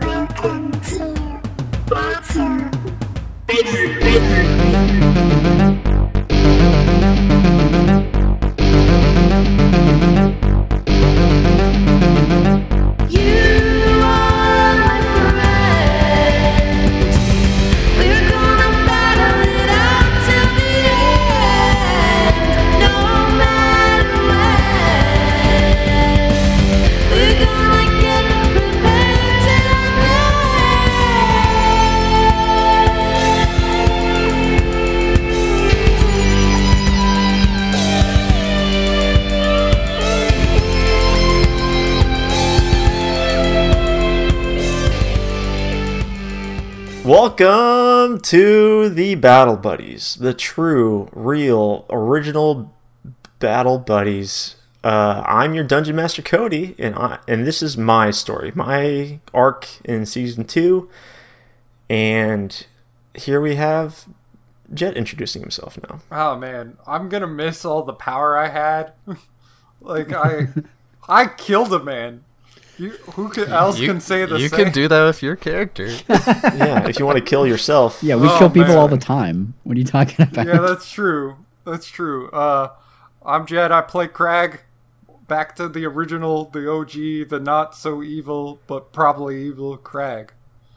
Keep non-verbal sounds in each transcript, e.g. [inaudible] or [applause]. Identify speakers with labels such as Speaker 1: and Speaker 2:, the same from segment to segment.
Speaker 1: Welcome to Bachelor Basement.
Speaker 2: You are my friend. We're gonna battle it out till the end, no matter when. We're gonna get prepared till
Speaker 3: Welcome to the Battle Buddies, the true, real, original Battle Buddies. Uh, I'm your Dungeon Master Cody, and I, and this is my story, my arc in season two. And here we have Jet introducing himself now.
Speaker 4: Oh man, I'm gonna miss all the power I had. [laughs] like I, I killed a man. You, who could, else
Speaker 5: [laughs] you,
Speaker 4: can say the
Speaker 5: you
Speaker 4: same?
Speaker 5: can do that with
Speaker 4: [laughs]
Speaker 5: your character.
Speaker 3: Yeah, if you want to kill yourself,
Speaker 6: Yeah, we
Speaker 4: Oh,
Speaker 6: kill people
Speaker 4: man.
Speaker 6: all the time. What are you talking [laughs]
Speaker 4: [laughs]
Speaker 6: about?
Speaker 4: yeah, that's true. That's true. Uh, I'm Jed. I play Crag. Back to the original, the OG, the not so evil but probably evil Crag.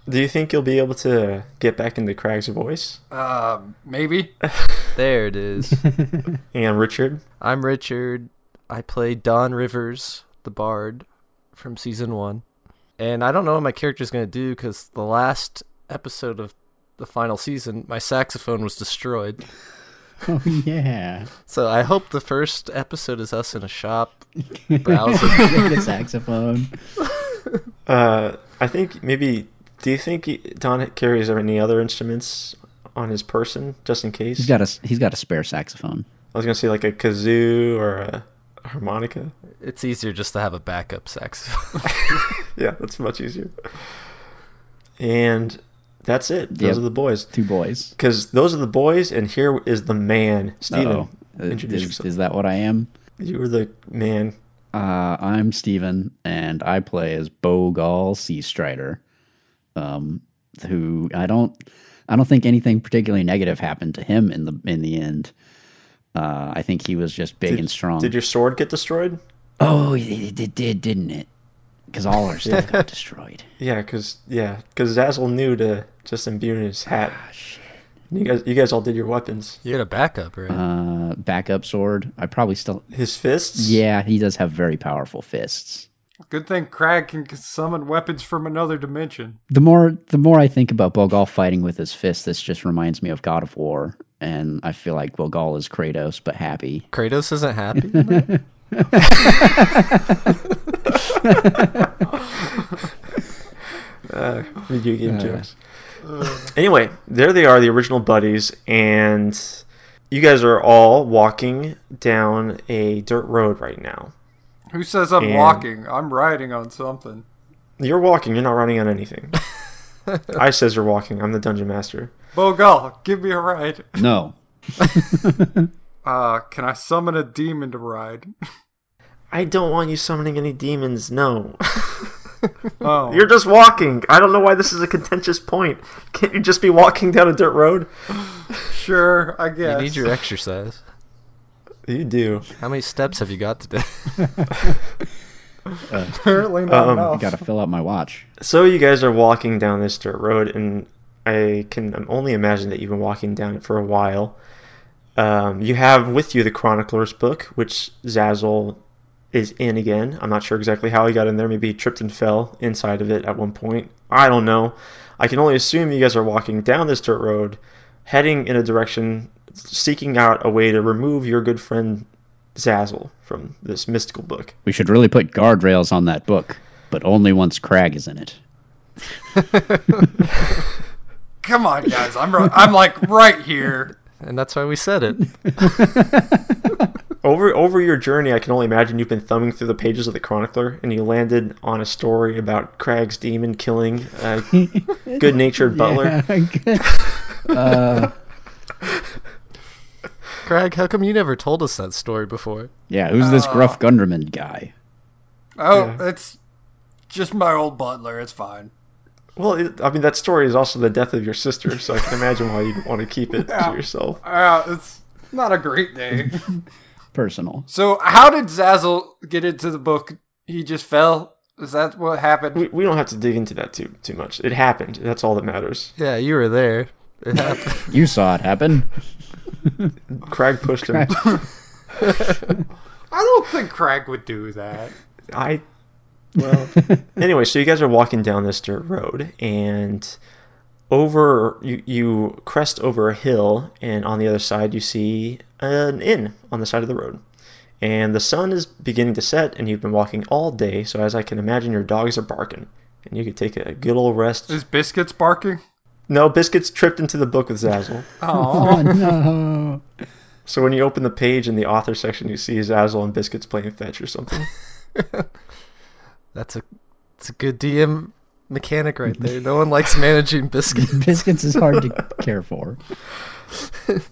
Speaker 3: do you think you'll be able to get back into Crag's voice?
Speaker 4: Um, maybe.
Speaker 5: there
Speaker 4: [laughs]
Speaker 5: it is.
Speaker 3: And Richard,
Speaker 5: I'm Richard. I play Don Rivers, the bard from season one. And I don't know what my character's going to do because the last episode of the final season, my saxophone was destroyed.
Speaker 6: Oh, yeah.
Speaker 5: So I hope the first episode is us in
Speaker 4: [laughs]
Speaker 5: a shop browsing.
Speaker 6: Get a saxophone.
Speaker 3: Uh, I think maybe. Do you think he- Don carries any other instruments on his person, just in case?
Speaker 6: He's got a he's got a spare saxophone.
Speaker 3: I was gonna say like a kazoo or a harmonica.
Speaker 5: it's easier just to have a backup saxophone. [laughs]
Speaker 3: Yeah, that's much easier. And that's it. Those
Speaker 6: Yep.
Speaker 3: are the boys.
Speaker 6: Two boys.
Speaker 3: Because those are the boys, and here is the man, Steven.
Speaker 6: Uh-oh. Uh,
Speaker 3: Introduce
Speaker 6: Is,
Speaker 3: yourself.
Speaker 6: is that what I am?
Speaker 3: You were the man.
Speaker 6: Uh, I'm Steven, and I play as Bogal Sea Strider. Um, who I don't I don't think anything particularly negative happened to him in the in the end. Uh, I think he was just big and strong.
Speaker 3: Did your sword get destroyed?
Speaker 6: oh, it, it did, didn't it? Because all
Speaker 3: [laughs]
Speaker 6: our stuff got destroyed.
Speaker 3: Yeah, because yeah, because Zazzle knew to just imbue in his hat.
Speaker 6: Ah,
Speaker 3: You guys, you guys all did your weapons.
Speaker 5: you had a backup, right?
Speaker 4: Uh-huh.
Speaker 6: Uh, backup sword. I probably still.
Speaker 3: His fists.
Speaker 6: Yeah, he does have very powerful fists.
Speaker 4: Good thing Crag can summon weapons from another dimension.
Speaker 6: The more the more I think about Bogal fighting with his fists, this just reminds me of God of War, and I feel like Bogal is Kratos but happy.
Speaker 5: Kratos isn't happy. in that?
Speaker 3: uh, video game jokes. Anyway, there they are, the original buddies, and you guys are all walking down a dirt road right now.
Speaker 4: Who says I'm
Speaker 3: And-
Speaker 4: walking? I'm riding on something.
Speaker 3: You're walking. You're not running on [laughs] anything. I says you're walking. I'm the dungeon master.
Speaker 4: Bogal, give me a ride.
Speaker 6: No,
Speaker 4: Uh, can I summon a demon to ride?
Speaker 3: I don't want you summoning any demons. No,
Speaker 4: [laughs]
Speaker 3: [laughs]
Speaker 4: Oh,
Speaker 3: you're just walking. I don't know why this is a contentious point. Can't you just be walking down a dirt road?
Speaker 4: sure, I
Speaker 5: You
Speaker 4: guess. [laughs]
Speaker 5: need your exercise.
Speaker 3: You do.
Speaker 5: How many steps have you
Speaker 4: [laughs]
Speaker 5: got today?
Speaker 4: Apparently not
Speaker 3: Um,
Speaker 4: enough.
Speaker 6: got to fill out my watch.
Speaker 3: So you guys are walking down this dirt road, and I can only imagine that you've been walking down it for a while. Um, you have with you the Chronicler's book, which Zazzle is in again. I'm not sure exactly how he got in there. Maybe he tripped and fell inside of it at one point. I don't know. I can only assume you guys are walking down this dirt road, heading in a direction, seeking out a way to remove your good friend Zazzle from this mystical book.
Speaker 6: We should really put guardrails on that book, but only once Crag is in it.
Speaker 4: Come on, guys. I'm ri- I'm like right here.
Speaker 5: And that's why we said it.
Speaker 3: over over your journey, I can only imagine you've been thumbing through the pages of the Chronicler, and you landed on a story about Crag's demon killing a good-natured butler.
Speaker 6: [laughs] Uh,
Speaker 5: Craig, how come you never told us that story before?
Speaker 6: yeah, who's this gruff Gunderman guy?
Speaker 4: Oh, it's just my old butler. It's fine.
Speaker 3: Well, it, I mean, that story is also the death of your sister, so I can imagine why you'd want to keep it to yourself.
Speaker 4: Ah, it's not a great
Speaker 5: [laughs]
Speaker 4: day.
Speaker 6: Personal.
Speaker 4: so, how did Zazzle get into the book? He just fell. Is that what happened?
Speaker 3: We, we don't have to dig into that too too much. It happened. That's all that matters.
Speaker 5: Yeah, you were there. It happened.
Speaker 6: You saw it happen.
Speaker 3: Craig pushed him.
Speaker 4: I don't think Craig would do that.
Speaker 3: I well anyway, so you guys are walking down this dirt road and over you, you crest over a hill and on the other side you see an inn on the side of the road. And the sun is beginning to set and you've been walking all day, so as I can imagine your dogs are barking. And you could take a good old rest.
Speaker 4: Is Biscuits barking?
Speaker 3: No, Biscuits tripped into the book with Zazzle.
Speaker 4: Oh,
Speaker 6: no.
Speaker 3: So when you open the page in the author section, you see Zazzle and Biscuits playing fetch or something.
Speaker 5: That's a it's a good DM mechanic right there. No one likes managing biscuit. [laughs]
Speaker 6: [laughs] Biscuits is hard to care for.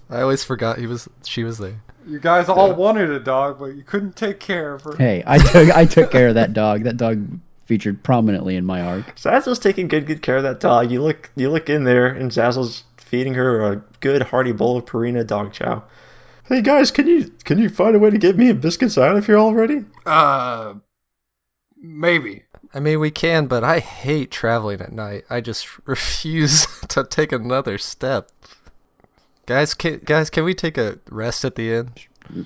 Speaker 5: I always forgot he was she was there.
Speaker 4: you guys all wanted a dog, but you couldn't take care of her.
Speaker 6: Hey, I took I took care of that dog. That dog featured prominently in my arc.
Speaker 3: Zazzle's taking good good care of that dog. You look you look in there and Zazzle's feeding her a good hearty bowl of Purina dog chow. Hey guys, can you can you find a way to get me and biscuits out of here already?
Speaker 4: Uh, maybe.
Speaker 5: I mean, we can, but I hate traveling at night. I just [laughs] refuse to take another step. Guys, can, guys, can we take a rest at the end?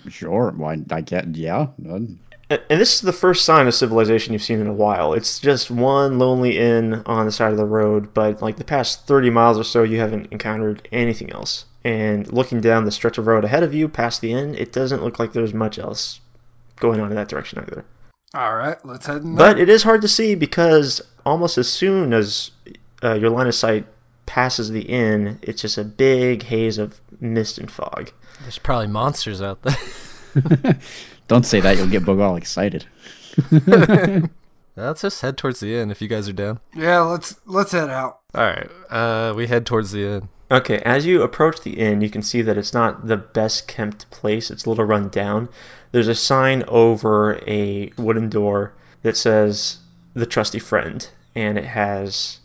Speaker 6: Sure, why I can't. Yeah, um,
Speaker 3: And, and this is the first sign of civilization you've seen in a while. It's just one lonely inn on the side of the road, but like the past thirty miles or so, you haven't encountered anything else. And looking down the stretch of road ahead of you, past the inn, it doesn't look like there's much else going on in that direction either.
Speaker 4: All right, let's head in.
Speaker 3: But it is hard to see because almost as soon as uh, your line of sight passes the inn, it's just a big haze of mist and fog.
Speaker 5: There's probably monsters out there. [laughs]
Speaker 6: don't say that. You'll get Bogal excited.
Speaker 5: Let's just head towards the end if you guys are down.
Speaker 4: yeah, let's let's head out.
Speaker 5: All right, uh, we head towards the end.
Speaker 3: Okay, as you approach the inn, you can see that it's not the best kept place. It's a little run down. There's a sign over a wooden door that says "The Trusty Friend," and it has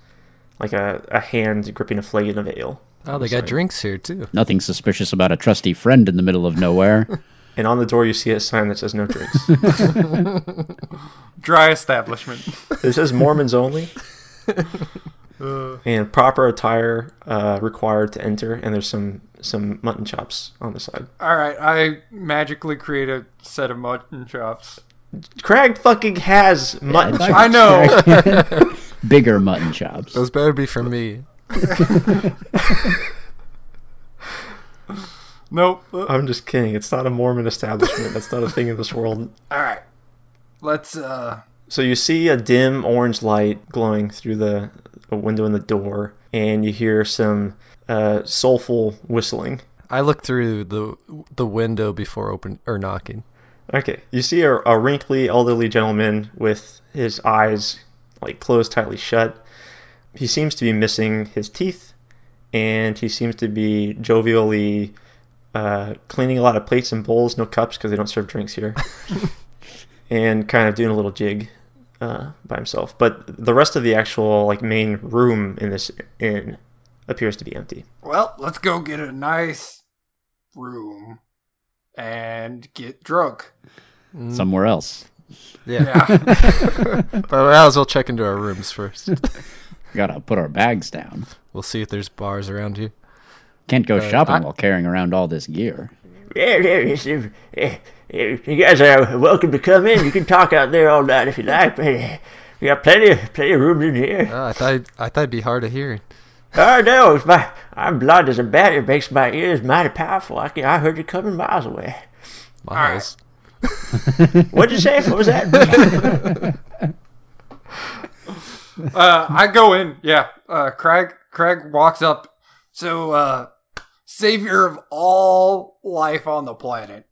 Speaker 3: like a, a hand gripping a flagon of ale.
Speaker 5: Oh, they got drinks here too.
Speaker 6: Nothing suspicious about a trusty friend in the middle of nowhere.
Speaker 3: And on the door, you see a sign that says "No [laughs] drinks."
Speaker 4: Dry establishment.
Speaker 3: It says Mormons only. and proper attire uh, required to enter, and there's some some mutton chops on the side.
Speaker 4: All right, I magically create a set of mutton chops.
Speaker 3: Craig fucking has mutton chops.
Speaker 4: I know.
Speaker 6: [laughs] Bigger mutton chops.
Speaker 5: Those better be for me.
Speaker 4: nope. All
Speaker 3: I'm just kidding. It's not a Mormon establishment. That's not a thing in this world.
Speaker 4: right, let's. Uh,
Speaker 3: So you see a dim orange light glowing through the a window in the door, and you hear some uh, soulful whistling.
Speaker 5: I look through the the window before open or knocking.
Speaker 3: Okay, you see a, a wrinkly elderly gentleman with his eyes like closed tightly shut. He seems to be missing his teeth, and he seems to be jovially uh, cleaning a lot of plates and bowls, no cups because they don't serve drinks here, and kind of doing a little jig uh, by himself. But the rest of the actual like main room in this inn appears to be empty.
Speaker 4: well, let's go get a nice room and get drunk.
Speaker 6: Somewhere else.
Speaker 4: [laughs]
Speaker 5: Mm. Yeah, [laughs]
Speaker 4: Yeah.
Speaker 5: but we might as well check into our rooms first.
Speaker 6: Gotta put our bags down.
Speaker 5: We'll see if there's bars around here.
Speaker 6: Can't go shopping
Speaker 5: I-
Speaker 6: while carrying around all this gear.
Speaker 7: You guys are welcome to come in. You can talk out there all night if you like. We got plenty, plenty of rooms in here.
Speaker 5: Oh, I thought I thought it'd be hard to hear.
Speaker 7: Oh no, it's my, I'm blind as a bat. It makes my ears mighty powerful. I can, I heard you coming miles away.
Speaker 5: Miles,
Speaker 7: What'd you say? What was that?
Speaker 4: uh, I go in. Yeah. Uh, Craig Craig walks up. So, uh, savior of all life on the planet.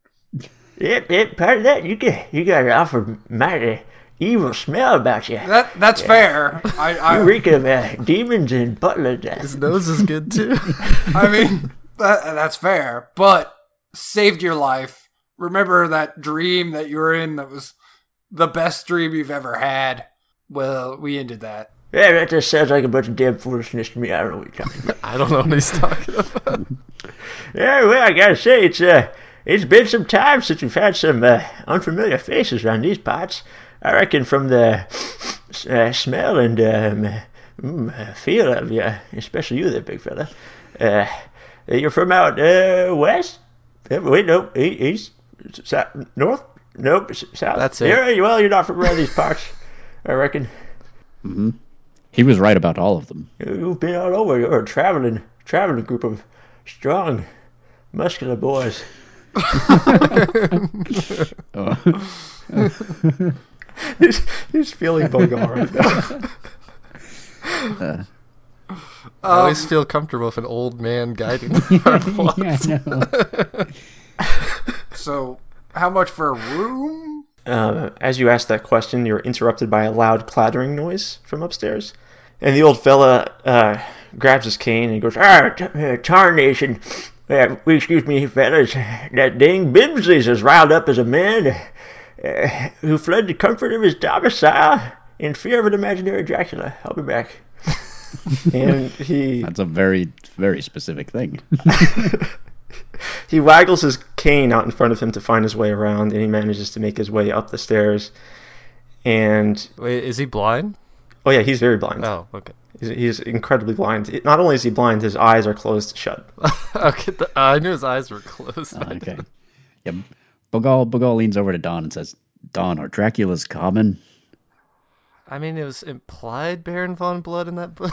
Speaker 7: yep, yep. Part of that, you got, you got an awful mighty evil smell about you.
Speaker 4: That that's fair.
Speaker 3: [laughs]
Speaker 4: I
Speaker 7: You
Speaker 4: I,
Speaker 7: reek of uh, demons and butler death.
Speaker 5: his nose is good too.
Speaker 4: I mean [laughs] that that's fair. But saved your life. Remember that dream that you were in that was the best dream you've ever had. Well, we ended that.
Speaker 3: Yeah, that just sounds like a bunch of damn foolishness to me. I don't know what you're talking about.
Speaker 5: I don't know what he's talking about.
Speaker 3: yeah, well, I gotta say, it's uh, it's been some time since we've had some uh, unfamiliar faces around these parts. I reckon from the uh, smell and um, mm, feel of you, especially you, there, big fella. Uh, you're from out uh, west? Uh, Wait, no, e- east, south, north? Nope, s- south.
Speaker 5: That's it.
Speaker 3: You're- well, you're not from around these parts, I reckon.
Speaker 6: He was right about all of them.
Speaker 3: You've been all over. You're a traveling, traveling group of strong, muscular boys. [laughs]
Speaker 8: he's, he's feeling Bogar right now.
Speaker 5: I always feel comfortable with an old man guiding our plot.
Speaker 6: Yeah, I know.
Speaker 4: So, how much for a room?
Speaker 8: Um, as you asked that question, you were interrupted by a loud clattering noise from upstairs. And the old fella uh, grabs his cane and goes,
Speaker 3: Ah, t- uh, tarnation. Uh, we- excuse me, fellas. That dang Bimsley's as riled up as a man uh, who fled the comfort of his domicile in fear of an imaginary Dracula. I'll be back.
Speaker 8: and he
Speaker 6: That's a very, very specific thing.
Speaker 8: he waggles his cane out in front of him to find his way around, and he manages to make his way up the stairs. And
Speaker 5: Wait, is he blind?
Speaker 8: oh yeah, he's very blind.
Speaker 5: Oh, okay. [laughs]
Speaker 8: He's, he's incredibly blind. It- not only is he blind, his eyes are closed shut.
Speaker 5: okay, the, I knew his eyes were closed.
Speaker 6: Okay. [laughs] Yeah. Bogal Bogal leans over to Don and says, "Don, are Dracula's common?"
Speaker 5: I mean, it was implied Baron von Blood in
Speaker 9: [laughs]
Speaker 5: that book,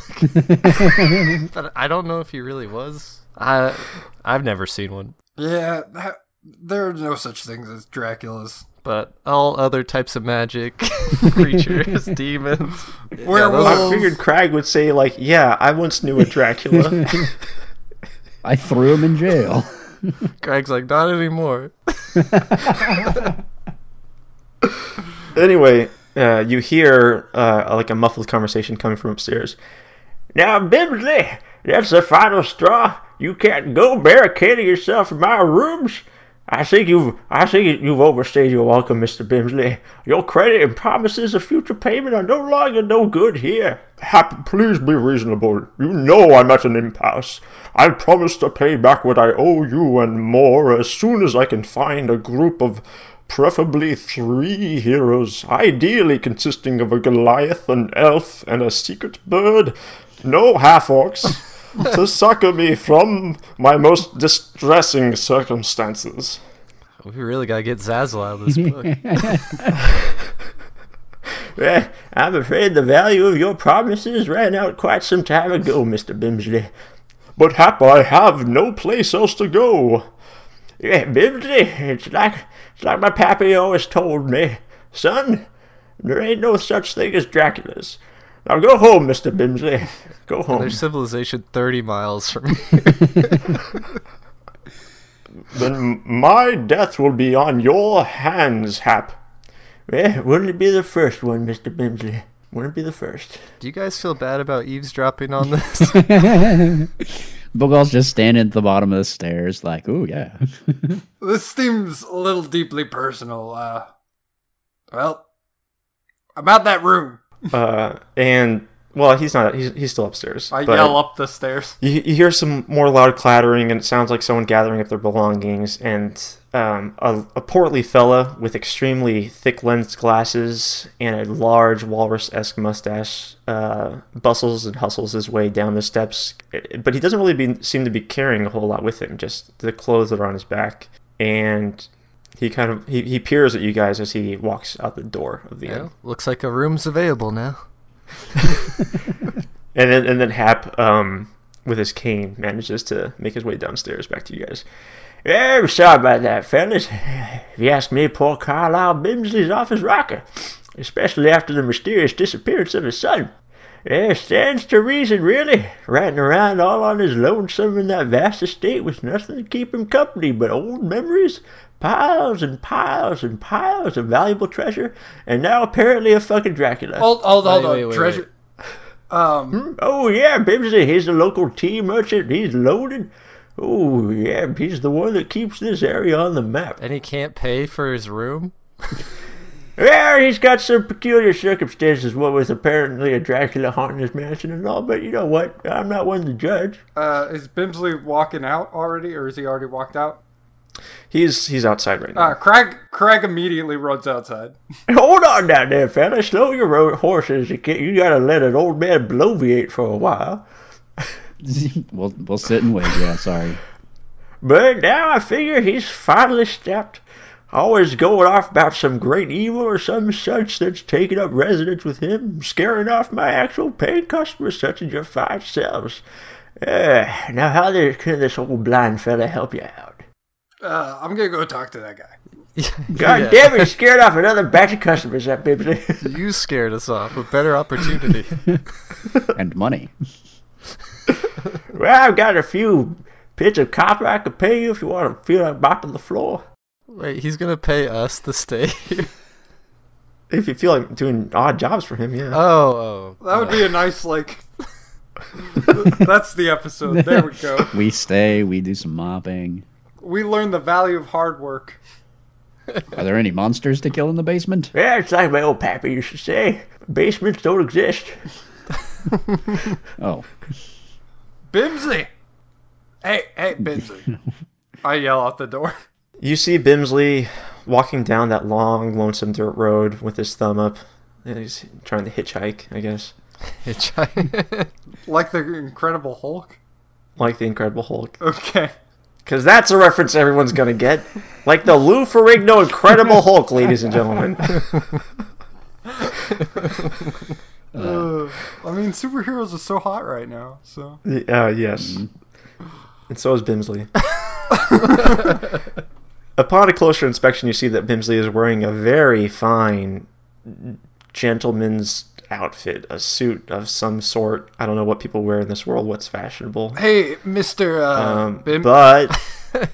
Speaker 5: [laughs] but I don't know if he really was. I I've never seen one,
Speaker 4: Yeah, that, there are no such things as Dracula's.
Speaker 5: but all other types of magic, [laughs]
Speaker 9: [laughs]
Speaker 5: creatures, demons.
Speaker 8: I
Speaker 4: Werewolves.
Speaker 8: figured Crag would say like, "Yeah, I once knew a Dracula."
Speaker 6: I threw him in jail.
Speaker 5: Greg's like, not anymore. [laughs]
Speaker 8: anyway, uh, you hear uh, like a muffled conversation coming from upstairs.
Speaker 3: Now, Bimsley, that's the final straw. You can't go barricading yourself in my rooms. I think you've I think you've overstayed your welcome, Mr. Bimsley. Your credit and promises of future payment are no longer no good here.
Speaker 10: Hap, please be reasonable. You know I'm at an impasse. I promise to pay back what I owe you and more as soon as I can find a group of preferably three heroes, ideally consisting of a Goliath, an elf, and a secret bird. No half orcs. to succor me from my most distressing circumstances.
Speaker 5: We really gotta get Zazzle out of this book.
Speaker 9: [laughs]
Speaker 3: Eh, I'm afraid the value of your promises ran out quite some time ago, Mr. Bimsley.
Speaker 10: But Hap, I have no place else to go.
Speaker 3: Yeah, Bimsley, it's like it's like my pappy always told me, son. There ain't no such thing as Dracula's. Now go home, Mr. Bimsley. Go home.
Speaker 5: There's civilization 30 miles from here.
Speaker 9: [laughs]
Speaker 10: Then my death will be on your hands, Hap.
Speaker 3: Yeah, Eh, wouldn't it be the first one, Mr. Bimsley? Wouldn't it be the first?
Speaker 5: Do you guys feel bad about eavesdropping
Speaker 9: [laughs]
Speaker 5: on this? [laughs]
Speaker 6: Bogal's just standing at the bottom of the stairs, like, "Oh yeah." [laughs]
Speaker 4: This seems a little deeply personal. Uh, well, about that room.
Speaker 8: Uh, and well, he's not. He's, he's still upstairs.
Speaker 4: I
Speaker 8: but-
Speaker 4: yell up the stairs.
Speaker 8: You, you hear some more loud clattering, and it sounds like someone gathering up their belongings. And um, a, a portly fella with extremely thick lensed glasses and a large walrus esque mustache uh, bustles and hustles his way down the steps. But he doesn't really be, seem to be carrying a whole lot with him, just the clothes that are on his back. And he kind of he, he peers at you guys as he walks out the door of the inn.
Speaker 5: Yeah, looks like a room's available now.
Speaker 8: And then and then Hap, um, with his cane, manages to make his way downstairs back to you guys.
Speaker 3: Yeah, I'm sorry about that, fellas. If you ask me, poor Carlisle Bimsley's off his rocker, especially after the mysterious disappearance of his son. Yeah, stands to reason, really. Riding around all on his lonesome in that vast estate with nothing to keep him company but old memories, piles and piles and piles of valuable treasure, and now apparently a fucking Dracula.
Speaker 4: Hold, hold, hold
Speaker 5: Wait,
Speaker 4: on.
Speaker 5: wait, wait,
Speaker 4: Treasure. Um,
Speaker 3: Oh yeah, Bimsy, he's the local tea merchant. He's loaded. Oh yeah, he's the one that keeps this area on the map.
Speaker 5: [laughs] And he can't pay for his room?
Speaker 9: Well, he's got some peculiar circumstances, what with apparently a Dracula haunting his mansion and all, but you know what? I'm not one to judge.
Speaker 4: Uh, is Bimsley walking out already, or is he already walked out?
Speaker 11: He's he's outside right now.
Speaker 4: Uh, Craig Craig immediately runs outside.
Speaker 9: Hold on down there, fella. Slow your ro- horses. You, can't- you gotta let an old man bloviate for a while.
Speaker 6: we'll we'll sit and wait. Yeah, sorry.
Speaker 9: But now I figure he's finally stepped. Always going off about some great evil or some such that's taking up residence with him, scaring off my actual paying customers such as your fine selves. Eh, now, how the, can this old blind fella help you out?
Speaker 4: Uh, I'm gonna go talk to that guy.
Speaker 9: God
Speaker 5: Yeah.
Speaker 9: damn it, he scared off another batch of customers, that Bibsley.
Speaker 5: You scared us off. A better opportunity.
Speaker 6: And money.
Speaker 9: [laughs] Well, I've got a few bits of copper I could pay you if you want to feel like mopping the floor.
Speaker 5: Wait, he's gonna pay us to stay here.
Speaker 11: If you feel like doing odd jobs for him, yeah.
Speaker 5: Oh, oh.
Speaker 4: That would be a nice like. [laughs] That's the episode. There we go.
Speaker 6: We stay. We do some mopping.
Speaker 4: We learned the value of hard work.
Speaker 6: Are there any monsters to kill in the basement?
Speaker 9: Yeah, it's like my old pappy used to say basements don't exist.
Speaker 6: Oh,
Speaker 4: Bimsley, hey, hey, Bimsley! I yell out the door.
Speaker 11: You see Bimsley walking down that long, lonesome dirt road with his thumb up. And He's trying to hitchhike, I guess,
Speaker 5: Hitchhiker.
Speaker 4: Like the Incredible Hulk.
Speaker 11: like the Incredible Hulk.
Speaker 4: Okay.
Speaker 11: Because that's a reference everyone's going to get. Like the Lou Ferrigno Incredible Hulk, ladies and gentlemen.
Speaker 4: Uh, I mean, superheroes are so hot right now. So
Speaker 11: Uh, yes. And so is Bimsley. Upon a closer inspection, you see that Bimsley is wearing a very fine gentleman's outfit, a suit of some sort. I don't know what people wear in this world, what's fashionable.
Speaker 4: hey, Mister uh,
Speaker 11: Um,
Speaker 4: Bim.
Speaker 11: but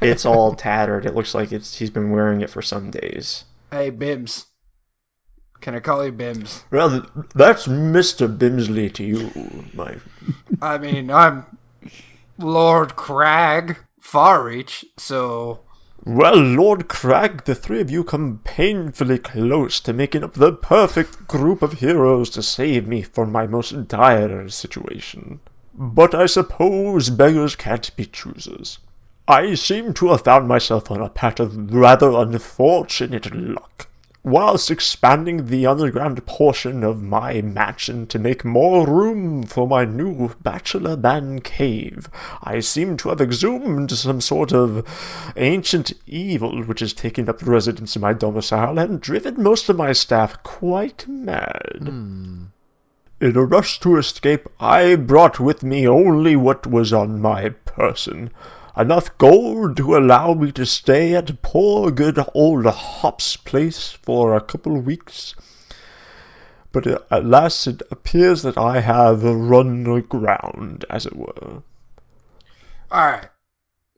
Speaker 11: it's all tattered. It looks like it's he's been wearing it for some days.
Speaker 4: hey, Bims. Can I call you Bims?
Speaker 9: Well, th- that's Mr. Bimsley to you, my.
Speaker 4: I mean, I'm Lord Crag Farreach, so
Speaker 3: Well, Lord Crag, the three of you come painfully close to making up the perfect group of heroes to save me from my most dire situation. But I suppose beggars can't be choosers. I seem to have found myself on a path of rather unfortunate luck. Whilst expanding the underground portion of my mansion to make more room for my new bachelor man cave, I seem to have exhumed some sort of ancient evil which has taken up residence in my domicile and driven most of my staff quite mad. In a rush to escape, I brought with me only what was on my person. Enough gold to allow me to stay at poor good old Hop's place for a couple weeks. But uh, alas, it appears that I have run aground, as it were.
Speaker 4: All right.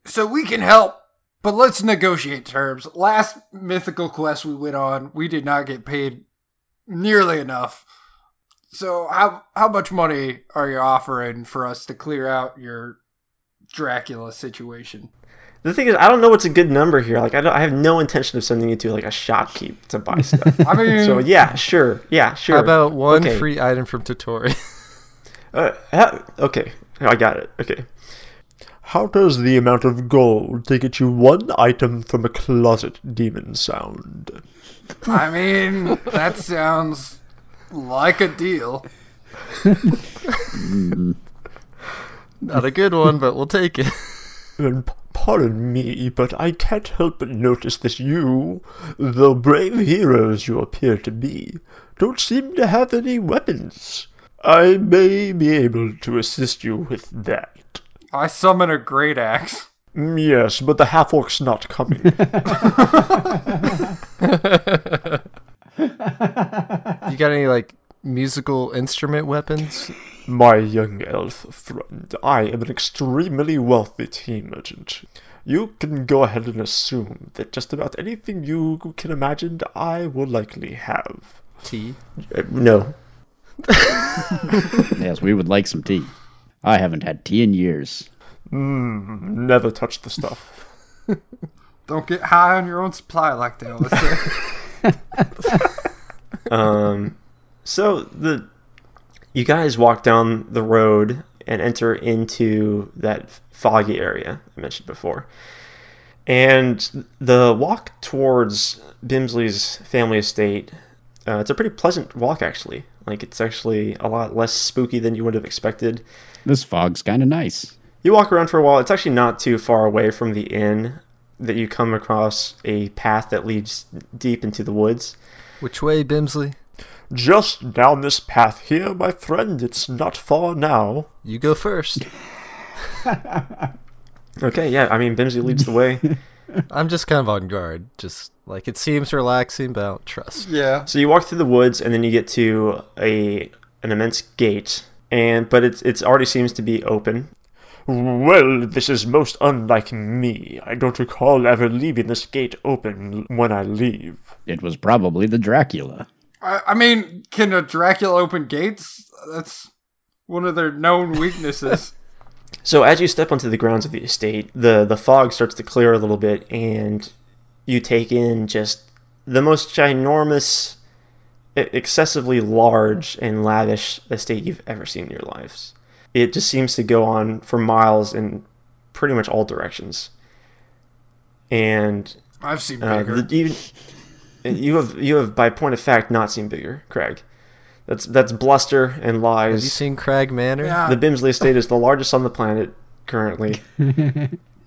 Speaker 4: So we can help, but let's negotiate terms. Last mythical quest we went on, we did not get paid nearly enough. So how how much money are you offering for us to clear out your Dracula situation?
Speaker 11: The thing is, I don't know what's a good number here. Like, I, don't, I have no intention of sending you to like a shopkeep to
Speaker 5: [laughs]
Speaker 11: buy stuff.
Speaker 4: I mean,
Speaker 11: so yeah, sure, yeah, sure.
Speaker 5: How about one
Speaker 11: Okay.
Speaker 5: free item from Totori?
Speaker 11: Uh, ha- okay, I got it. Okay.
Speaker 3: How does the amount of gold to get you one item from a closet demon sound?
Speaker 4: I mean, that sounds like a deal.
Speaker 5: [laughs] Not a good one, but we'll take it.
Speaker 3: And p- pardon me, but I can't help but notice that you, though brave heroes you appear to be, don't seem to have any weapons. I may be able to assist you with that.
Speaker 4: I summon a great axe.
Speaker 3: Mm, Yes, but the half orc's not coming.
Speaker 5: You got any like musical instrument weapons?
Speaker 3: My young elf friend, I am an extremely wealthy tea merchant. You can go ahead and assume that just about anything you can imagine, I will likely have.
Speaker 5: Tea.
Speaker 11: Uh, no,
Speaker 6: yes, we would like some tea. I haven't had tea in years.
Speaker 3: Hmm, Never touch the stuff.
Speaker 4: Don't get high on your own supply like they always say.
Speaker 3: Um, so the you guys walk down the road and enter into that foggy area I mentioned before. And the walk towards Bimsley's family estate, uh, it's a pretty pleasant walk actually. Like it's actually a lot less spooky than you would have expected.
Speaker 6: This fog's kind of nice.
Speaker 3: You walk around for a while. It's actually not too far away from the inn that you come across a path that leads deep into the woods.
Speaker 5: Which way, Bimsley?
Speaker 12: Just down this path here, my friend. It's not far now.
Speaker 5: You go first.
Speaker 3: Okay, yeah. I mean, Bimsley leads
Speaker 12: [laughs]
Speaker 3: the way.
Speaker 5: I'm just kind of on guard. Just like it seems relaxing, but I don't trust.
Speaker 4: Yeah.
Speaker 3: So you walk through the woods, and then you get to a an immense gate, and but it's it's already seems to be open.
Speaker 12: Well, this is most unlike me. I don't recall ever leaving this gate open when I leave.
Speaker 6: It was probably the Dracula.
Speaker 4: I, I mean, can a Dracula open gates? That's one of their known weaknesses.
Speaker 3: So as you step onto the grounds of the estate, the the fog starts to clear a little bit, and you take in just the most ginormous, e- excessively large and lavish estate you've ever seen in your lives. It just seems to go on for miles in pretty much all directions, and
Speaker 4: I've seen
Speaker 3: uh,
Speaker 4: bigger.
Speaker 3: the, you, you have you have by point of fact not seen bigger, Craig. That's that's bluster and lies.
Speaker 5: Have you seen Crag Manor?
Speaker 4: yeah.
Speaker 3: The Bimsley estate is the largest on the planet currently.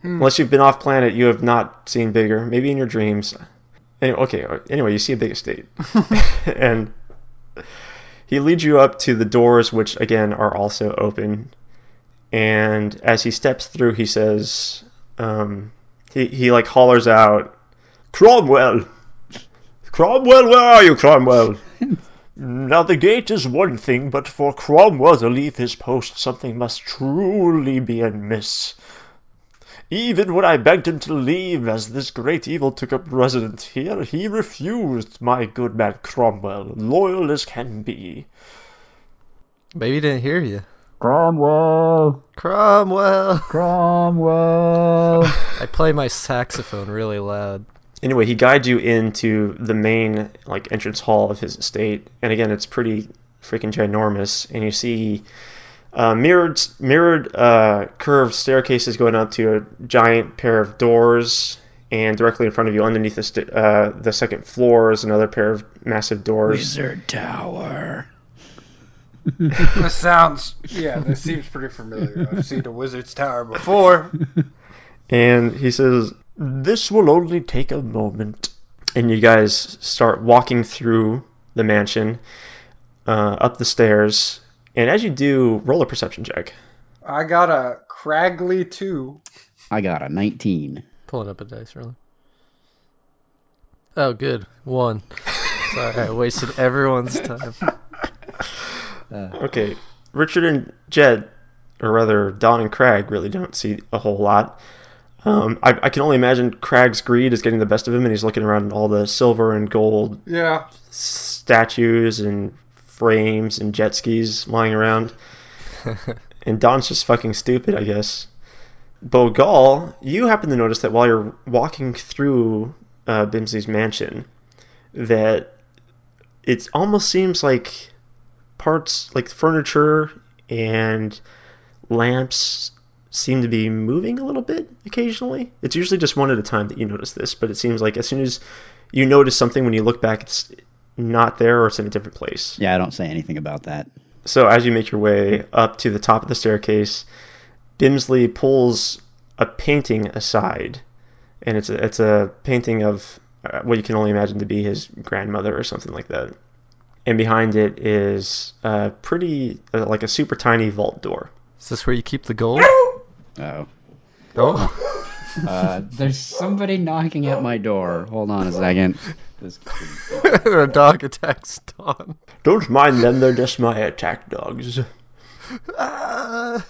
Speaker 3: Unless you've been off planet, you have not seen bigger. Maybe in your dreams. Any- Okay. uh, Anyway, you see a big estate, [laughs] and he leads you up to the doors, which again are also open. And as he steps through, he says, um, he he like hollers out,
Speaker 12: Cromwell! Cromwell, where are you, Cromwell? now, the gate is one thing, but for Cromwell to leave his post, something must truly be amiss. Even when I begged him to leave, as this great evil took up residence here, he refused, my good man Cromwell, loyal as can be.
Speaker 5: Maybe he didn't hear you.
Speaker 6: Cromwell,
Speaker 5: Cromwell. [laughs]
Speaker 6: Cromwell.
Speaker 5: I play my saxophone really loud.
Speaker 3: anyway, he guides you into the main like entrance hall of his estate, and again, it's pretty freaking ginormous. And you see uh, mirrored mirrored uh, curved staircases going up to a giant pair of doors, and directly in front of you, underneath the sta uh, the second floor, is another pair of massive doors.
Speaker 6: Wizard Tower.
Speaker 4: That sounds. Yeah, that seems pretty familiar. I've seen a wizard's tower before.
Speaker 3: And he says,
Speaker 12: This will only take a moment.
Speaker 3: and you guys start walking through the mansion, uh, up the stairs, and as you do, roll a perception check.
Speaker 4: I got a Cragley two.
Speaker 6: I got a 19.
Speaker 5: Pulling up a dice roller. Oh, good. One. Sorry, I wasted everyone's time.
Speaker 3: Okay, Richard and Jed, or rather Don and Crag, really don't see a whole lot. Um, I, I can only imagine Crag's greed is getting the best of him, and he's looking around at all the silver and gold
Speaker 4: Yeah.
Speaker 3: statues and frames and jet skis lying around. and Don's just fucking stupid, I guess. Bogal, you happen to notice that while you're walking through uh, Bimsley's mansion, that it almost seems like parts, like furniture and lamps, seem to be moving a little bit occasionally. It's usually just one at a time that you notice this, but it seems like as soon as you notice something, when you look back, it's not there or it's in a different place.
Speaker 6: Yeah, I don't say anything about that.
Speaker 3: So as you make your way up to the top of the staircase, Bimsley pulls a painting aside, and it's a, it's a painting of uh, what you can only imagine to be his grandmother or something like that. And behind it is a pretty uh, like a super tiny vault door.
Speaker 5: Is this where you keep the gold?
Speaker 6: Oh.
Speaker 5: Oh, [laughs]
Speaker 6: Uh, there's somebody knocking at my door. Hold on a second. This-
Speaker 5: a dog attacks Don.
Speaker 12: Don't mind them, they're just my attack dogs.
Speaker 5: Ah.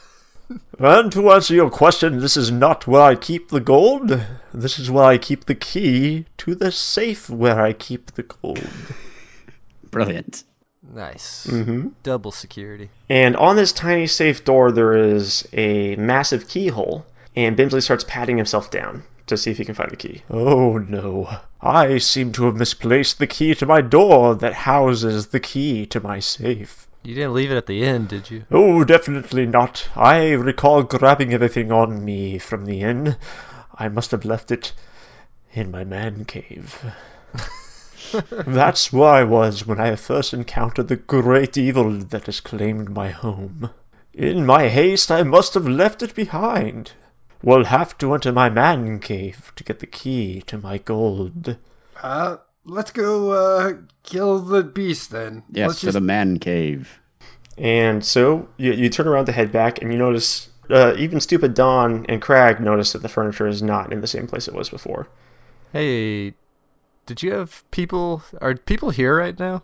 Speaker 12: And to answer your question, this is not where I keep the gold. This is where I keep the key to the safe where I keep the gold.
Speaker 6: Brilliant.
Speaker 5: Nice. Double security.
Speaker 3: And on this tiny safe door, there is a massive keyhole, and Bimsley starts patting himself down. to see if he can find the key. Oh no. I seem to have misplaced the key to my door that houses the key to my safe.
Speaker 5: You didn't leave it at the end, did you?
Speaker 3: Oh, definitely not. I recall grabbing everything on me from the inn. I must have left it in my man cave. That's where I was when I first encountered the great evil that has claimed my home. In my haste, I must have left it behind. Will have to enter my man cave to get the key to my gold.
Speaker 4: Uh, let's go uh, kill the beast then.
Speaker 6: Yes,
Speaker 4: let's
Speaker 6: to the man cave.
Speaker 3: And so you, you turn around to head back, and you notice uh, even stupid Don and Crag notice that the furniture is not in the same place it was before.
Speaker 5: Hey, did you have people? Are people here right now?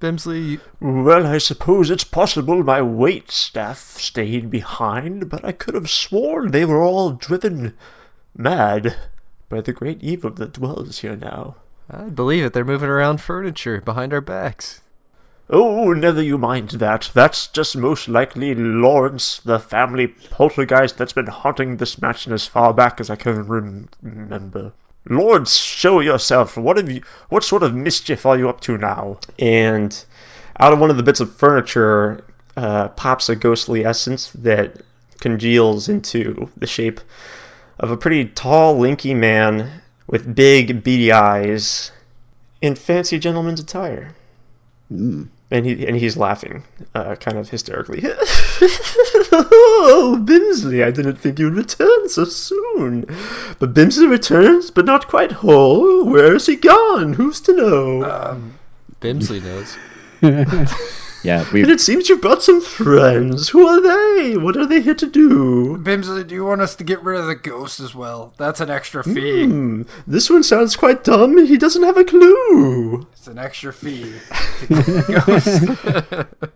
Speaker 5: Bimsley, you-
Speaker 3: Well, I suppose it's possible my wait staff stayed behind, but I could have sworn they were all driven mad by the great evil that dwells here now.
Speaker 5: I believe it. They're moving around furniture behind our backs.
Speaker 3: Oh, never you mind that. That's just most likely Lawrence, the family poltergeist that's been haunting this mansion as far back as I can rem- remember. Lawrence, show yourself. What have you? What sort of mischief are you up to now? And out of one of the bits of furniture uh, pops a ghostly essence that congeals into the shape of a pretty tall, lanky man with big, beady eyes in fancy gentleman's attire and he and he's laughing, uh, kind of hysterically. [laughs] oh, Bimsley! I didn't think you'd return so soon. But Bimsley returns, but not quite whole. Where is he gone? Who's to know?
Speaker 5: Bimsley knows.
Speaker 6: Yeah,
Speaker 3: and [laughs]
Speaker 6: we
Speaker 3: it seems you brought some friends. Who are they? What are they here to do?
Speaker 4: Bimsley, do you want us to get rid of the ghost as well? That's an extra fee.
Speaker 3: Hmm, this one sounds quite dumb, and he doesn't have a clue.
Speaker 4: It's an extra fee. To get the ghost.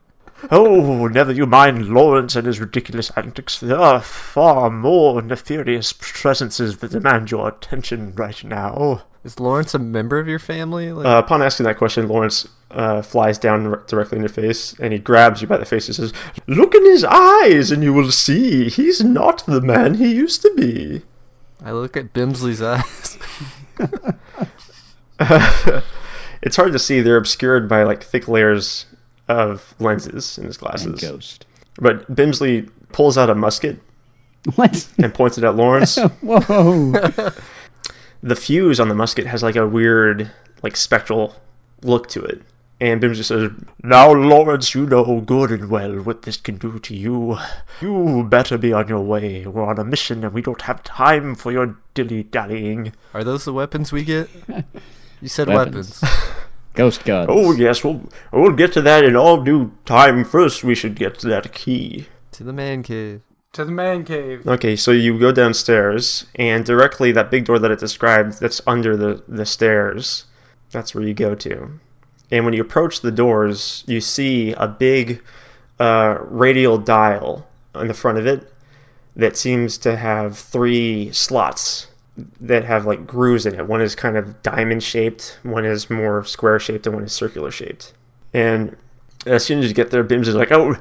Speaker 3: Oh, never you mind Lawrence and his ridiculous antics. There are far more nefarious presences that demand your attention right now.
Speaker 5: Is Lawrence a member of your family? Like,
Speaker 3: Uh, upon asking that question, Lawrence uh, flies down r- directly in your face and he grabs you by the face and says, Look in his eyes and you will see he's not the man he used to be. [laughs]
Speaker 5: I look at Bimsley's [laughs] eyes.
Speaker 3: It's hard to see, they're obscured by like thick layers of lenses in his
Speaker 6: and
Speaker 3: glasses.
Speaker 6: ghost.
Speaker 3: But Bimsley pulls out a musket
Speaker 6: [laughs] What?
Speaker 3: and points it at Lawrence.
Speaker 6: Whoa!
Speaker 3: the fuse on the musket has like a weird, like spectral look to it. And Bimsley says, Now, Lawrence, you know good and well what this can do to you. You better be on your way. We're on a mission and we don't have time for your dilly dallying.
Speaker 5: Are those the weapons we
Speaker 6: [laughs]
Speaker 5: get? You said
Speaker 6: Weapons.
Speaker 5: weapons.
Speaker 6: [laughs] ghost guns.
Speaker 3: Oh, yes, we'll, we'll get to that in all due time. First, we should get to that key.
Speaker 5: To the man cave.
Speaker 4: to the man cave.
Speaker 3: Okay, so you go downstairs, and directly that big door that it described that's under the, the stairs, that's where you go to. And when you approach the doors, you see a big uh, radial dial on the front of it that seems to have three slots that have like grooves in it. One is kind of diamond shaped, one is more square shaped, and one is circular shaped. And as soon as you get there, Bims is like, oh,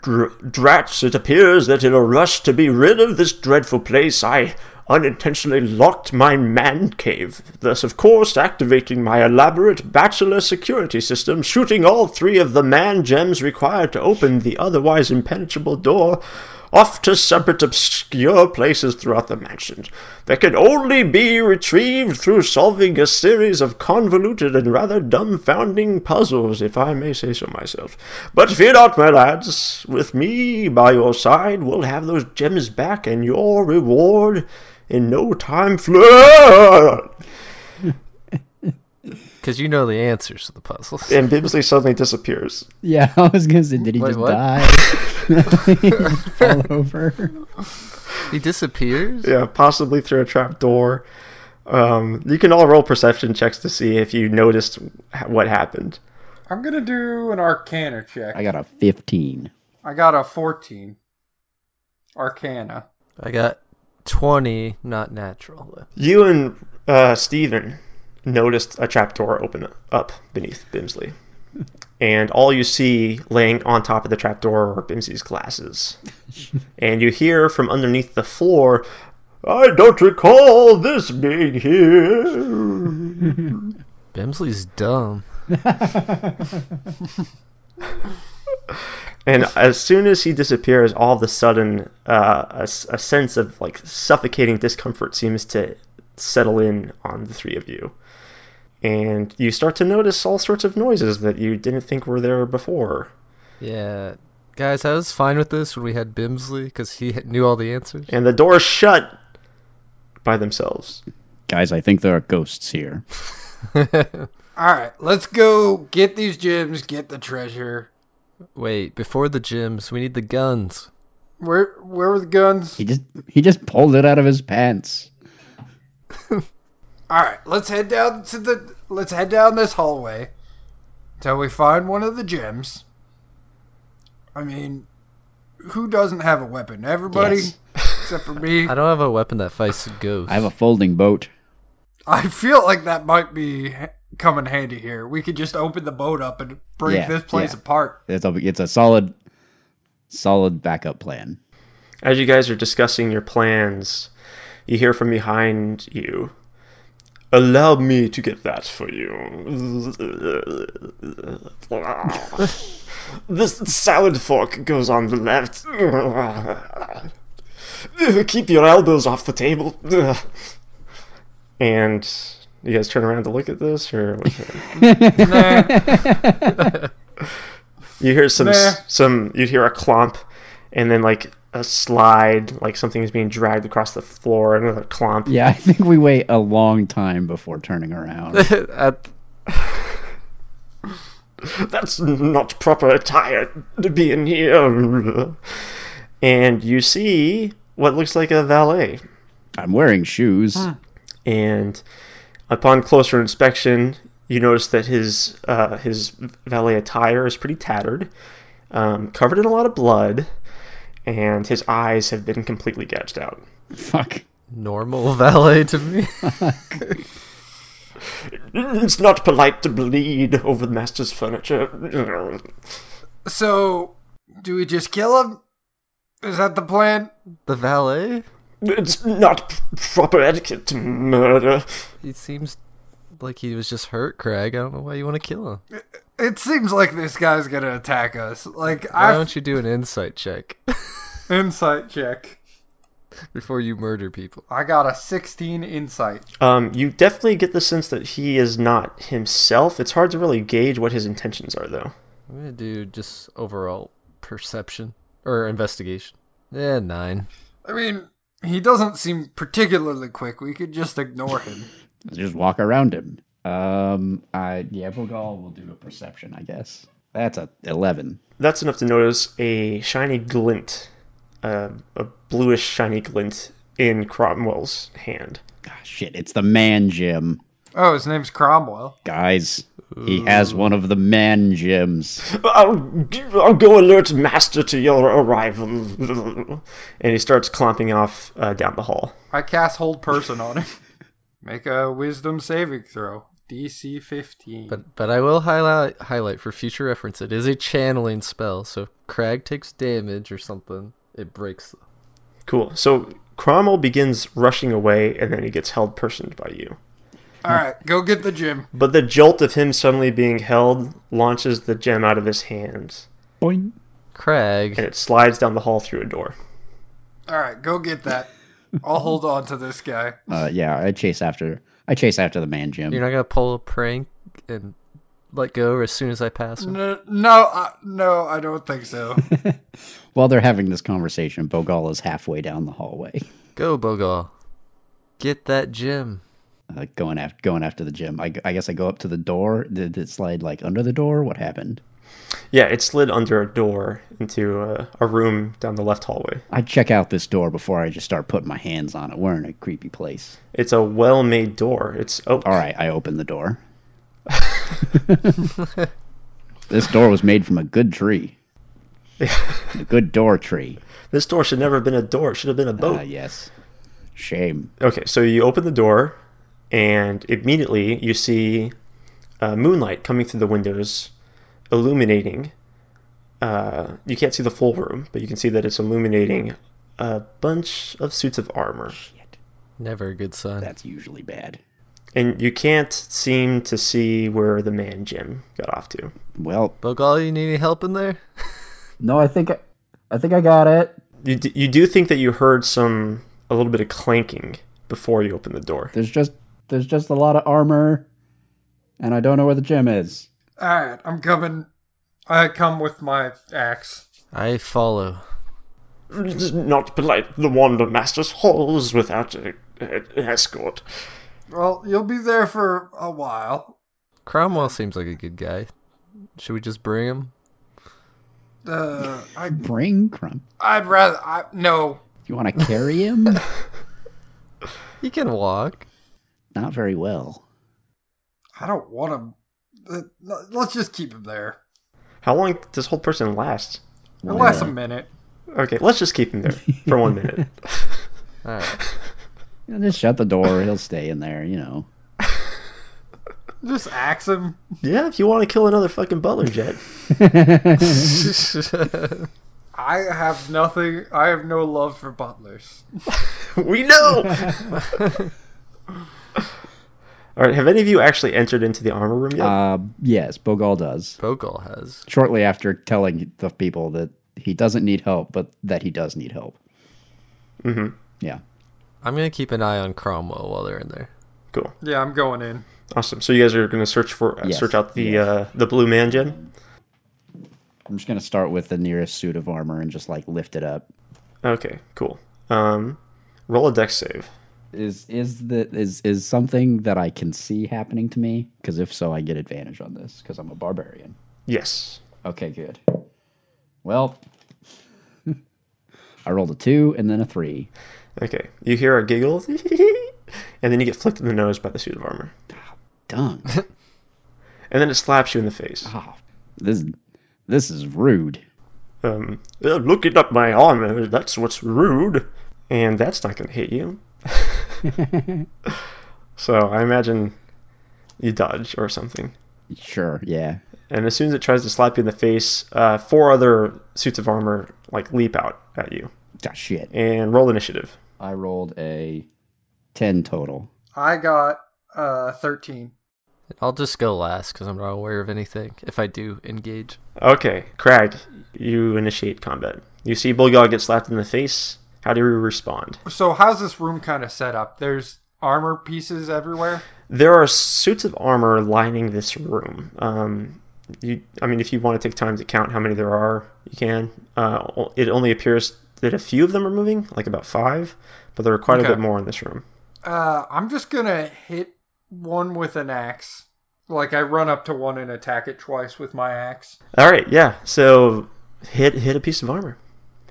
Speaker 3: Dr- Drats, it appears that in a rush to be rid of this dreadful place, I unintentionally locked my man cave, thus, of course, activating my elaborate bachelor security system, shooting all three of the man gems required to open the otherwise impenetrable door off to separate obscure places throughout the mansion that can only be retrieved through solving a series of convoluted and rather dumbfounding puzzles, if I may say so myself. But fear not, my lads, with me by your side, we'll have those gems back and your reward in no time flood.
Speaker 5: Because you know the answers to the puzzles.
Speaker 3: And Bibsley suddenly disappears.
Speaker 6: Yeah, I was gonna say, did he
Speaker 5: Wait,
Speaker 6: just
Speaker 5: what?
Speaker 6: die? [laughs] he just fell over.
Speaker 5: He disappears?
Speaker 3: Yeah, possibly through a trap door. Um, you can all roll perception checks to see if you noticed h- what happened.
Speaker 4: I'm gonna do an Arcana check.
Speaker 6: I got a fifteen.
Speaker 4: I got a 14. Arcana.
Speaker 5: I got 20, not natural. though.
Speaker 3: You and uh, Steven noticed a trapdoor open up beneath Bimsley. And all you see laying on top of the trapdoor are Bimsley's glasses. and you hear from underneath the floor,
Speaker 12: I don't recall this being here.
Speaker 5: Bemsley's dumb.
Speaker 3: And as soon as he disappears, all of a sudden, uh, a, s- a sense of like suffocating discomfort seems to settle in on the three of you. And you start to notice all sorts of noises that you didn't think were there before.
Speaker 5: Yeah. Guys, I was fine with this when we had Bimsley because he [laughs] had- knew all the answers.
Speaker 3: And the doors shut by themselves.
Speaker 6: Guys, I think there are ghosts here.
Speaker 4: All right, let's go get these gems, get the treasure.
Speaker 5: Wait, before the gyms, we need the guns.
Speaker 4: Where where were the guns?
Speaker 6: He just he just pulled it out of his pants.
Speaker 4: All right, let's head down to the let's head down this hallway till we find one of the gems. I mean, who doesn't have a weapon? Everybody
Speaker 6: Yes.
Speaker 4: [laughs] except for me.
Speaker 5: I
Speaker 4: I,
Speaker 5: don't have a weapon that fights ghosts.
Speaker 6: I have a folding boat.
Speaker 4: feel like that might be ha- coming handy here. We could just open the boat up and break
Speaker 6: Yeah,
Speaker 4: this place
Speaker 6: yeah. [laughs]
Speaker 4: apart.
Speaker 6: It's a it's a solid solid backup plan.
Speaker 3: As you guys are discussing your plans, you hear from behind you.
Speaker 12: Allow me to get that for
Speaker 3: [laughs]
Speaker 12: you. this salad fork goes on the
Speaker 3: [laughs]
Speaker 12: left. Keep your elbows off the table.
Speaker 3: [laughs] And you guys turn around to look at this, or what's happening?
Speaker 4: Nah,
Speaker 3: You hear some
Speaker 4: Nah.
Speaker 3: some you hear a clomp, and then like a slide, like something is being dragged across the floor. Another clomp.
Speaker 6: Yeah, I think we wait a long time before turning around.
Speaker 5: [laughs] At-
Speaker 12: That's not proper attire to be in here.
Speaker 3: And you see what looks like a valet.
Speaker 6: I'm wearing shoes.
Speaker 3: And upon closer inspection, you notice that his uh, his valet attire is pretty tattered, um, covered in a lot of blood, and his eyes have been completely gouged out.
Speaker 6: [laughs] Fuck.
Speaker 5: normal [laughs] valet to me.
Speaker 12: It's not polite to bleed over the master's furniture.
Speaker 4: so do we just kill him? Is that the plan?
Speaker 5: the valet?
Speaker 12: It's not p- proper etiquette to murder.
Speaker 5: He seems like he was just hurt, Craig. I don't know why you want to kill him.
Speaker 4: It seems like this guy's gonna attack us. Like
Speaker 5: Why
Speaker 4: I
Speaker 5: don't you do an insight check
Speaker 4: insight check.
Speaker 5: before you murder people?
Speaker 4: I got a 16 insight.
Speaker 3: Um, you definitely get the sense that he is not himself. It's hard to really gauge what his intentions are, though.
Speaker 5: I'm gonna do just overall perception or investigation. Yeah, nine.
Speaker 4: I mean, he doesn't seem particularly quick. We could just ignore him.
Speaker 6: Just walk around him. Um I yeah, Bogal will do a perception, I guess. That's a eleven.
Speaker 3: That's enough to notice a shiny glint, uh, a bluish shiny glint in Cromwell's hand.
Speaker 6: Ah, shit, it's the man gym.
Speaker 4: Oh, his name's Cromwell.
Speaker 6: Guys, he has one of the man gyms.
Speaker 12: I'll, I'll go alert master to your arrival.
Speaker 3: And he starts clomping off uh, down the hall.
Speaker 4: I cast hold person on him. [laughs] Make a wisdom saving throw. DC 15.
Speaker 5: But but I will highlight highlight for future reference. It is a channeling spell, so if Crag takes damage or something, it breaks.
Speaker 3: Cool. So Cromwell begins rushing away, and then he gets held personed by you.
Speaker 4: All right, go get the gym.
Speaker 3: But the jolt of him suddenly being held launches the gem out of his hand,
Speaker 6: Boing.
Speaker 5: Crag,
Speaker 3: and it slides down the hall through a door.
Speaker 4: All right, go get that. I'll hold on to this guy.
Speaker 6: Uh, yeah, I chase after. I chase after the man gym.
Speaker 5: you're not gonna pull a prank and let go as soon as I pass him.
Speaker 4: No, no, I, no, I don't think so.
Speaker 6: While they're having this conversation, Bogal is halfway down the hallway, [laughs]
Speaker 5: Go Bogal, get that gem.
Speaker 6: uh, going after going after the gym. I, I guess I go up to the door. Did it slide like under the door? What happened?
Speaker 3: Yeah, it slid under a door into a, a room down the left hallway.
Speaker 6: I check out this door before I just start putting my hands on it. We're in a creepy place.
Speaker 3: It's a well-made door. It's oh, oak.
Speaker 6: All right, I open the door. this door was made from a good tree. a good door tree.
Speaker 3: This door should never have been a door. It should have been a boat.
Speaker 6: Ah, yes. Shame.
Speaker 3: Okay, so you open the door, and immediately you see uh, moonlight coming through the windows, illuminating. Uh, you can't see the full room, but you can see that it's illuminating a bunch of suits of armor.
Speaker 5: Never a good sign.
Speaker 6: That's usually bad.
Speaker 3: And you can't seem to see where the man Jim got off to.
Speaker 6: Well,
Speaker 5: Bogal, you need any help in there?
Speaker 6: no, I think I, I think I got it.
Speaker 3: You, d- you do think that you heard some, a little bit of clanking before you opened the door.
Speaker 6: There's just there's just a lot of armor, and I don't know where the gem is.
Speaker 4: All right, I'm coming. I come with my axe.
Speaker 5: I follow.
Speaker 12: It is not polite. The Wander Master's halls without a, a, an escort.
Speaker 4: Well, you'll be there for a while.
Speaker 5: Cromwell seems like a good guy. Should we just bring him?
Speaker 4: Uh, I,
Speaker 6: Bring Crump.
Speaker 4: I'd rather. I, no,
Speaker 6: You want to carry him?
Speaker 5: He can walk.
Speaker 6: Not very well.
Speaker 4: I don't want him. Uh, l- Let's just keep him there.
Speaker 3: How long does this whole person last?
Speaker 4: It lasts a minute.
Speaker 3: Okay, let's just keep him there for one
Speaker 6: [laughs]
Speaker 3: minute.
Speaker 5: All right.
Speaker 6: You know, just shut the door. He'll stay in there. You know.
Speaker 4: Just axe him.
Speaker 3: yeah, if you want to kill another fucking butler jet.
Speaker 4: I have nothing. I have no love for butlers.
Speaker 3: [laughs] We know!
Speaker 6: [laughs]
Speaker 3: All right, have any of you actually entered into the armor room yet?
Speaker 6: Uh, yes, Bogal does.
Speaker 5: Bogal has.
Speaker 6: Shortly after telling the people that he doesn't need help, but that he does need help. Mm-hmm. Yeah.
Speaker 5: I'm gonna keep an eye on Cromwell while they're in there.
Speaker 3: cool.
Speaker 4: Yeah, I'm going in.
Speaker 3: Awesome. So you guys are going to search for uh,
Speaker 6: Yes.
Speaker 3: search out the uh, the blue man gem.
Speaker 6: I'm just gonna start with the nearest suit of armor and just like lift it up.
Speaker 3: Okay, cool. Um, roll a dex save.
Speaker 6: Is is the is is something that I can see happening to me? Because if so, I get advantage on this because I'm a barbarian.
Speaker 3: Yes.
Speaker 6: Okay, good. Well, [laughs] I rolled a two and then a three.
Speaker 3: Okay. You hear a giggle, [laughs] and then you get flicked in the nose by the suit of armor,
Speaker 6: Done.
Speaker 3: and then it slaps you in the face.
Speaker 6: oh, this this is rude.
Speaker 3: Um, "Uh, looking up my armor, that's what's rude. And that's not going to hit you. so I imagine you dodge or something.
Speaker 6: Sure. Yeah.
Speaker 3: And as soon as it tries to slap you in the face, uh, four other suits of armor like leap out at you
Speaker 6: Ah, shit.
Speaker 3: and roll initiative.
Speaker 6: I rolled a ten total.
Speaker 4: I got uh 13.
Speaker 5: I'll just go last because I'm not aware of anything. If I do
Speaker 7: [laughs]
Speaker 5: engage,
Speaker 3: Okay, Crag, you initiate combat. You see Bulldog get slapped in the face. How do you respond?
Speaker 4: So how's this room kind of set up? There's armor pieces everywhere.
Speaker 3: There are suits of armor lining this room. Um, you, I mean, if you want to take time to count how many there are, you can. Uh, o- it only appears that a few of them are moving, like about five, but there are quite
Speaker 4: Okay.
Speaker 3: a bit more in this room.
Speaker 4: Uh, I'm just gonna hit one with an axe. Like I run up to one and attack it twice with my axe.
Speaker 3: All right, yeah. So hit hit a piece of armor,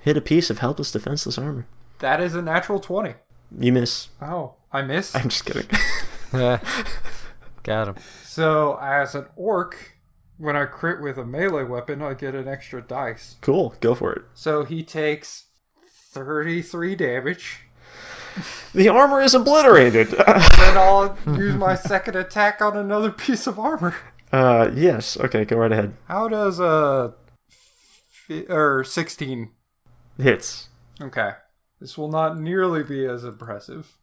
Speaker 3: hit a piece of helpless, defenseless armor.
Speaker 4: That is a natural 20.
Speaker 3: You miss. [laughs]
Speaker 4: Oh, I missed.
Speaker 3: I'm just kidding. [laughs]
Speaker 5: got him.
Speaker 4: So as an orc, when I crit with a melee weapon, I get an extra dice.
Speaker 3: cool, go for it.
Speaker 4: So he takes 33 damage.
Speaker 3: The armor is obliterated. [laughs]
Speaker 4: Then I'll use my second attack on another piece of armor.
Speaker 3: uh, yes. Okay, go right ahead.
Speaker 4: How does a fi- or 16?
Speaker 3: Hits.
Speaker 4: Okay. This will not nearly be as impressive.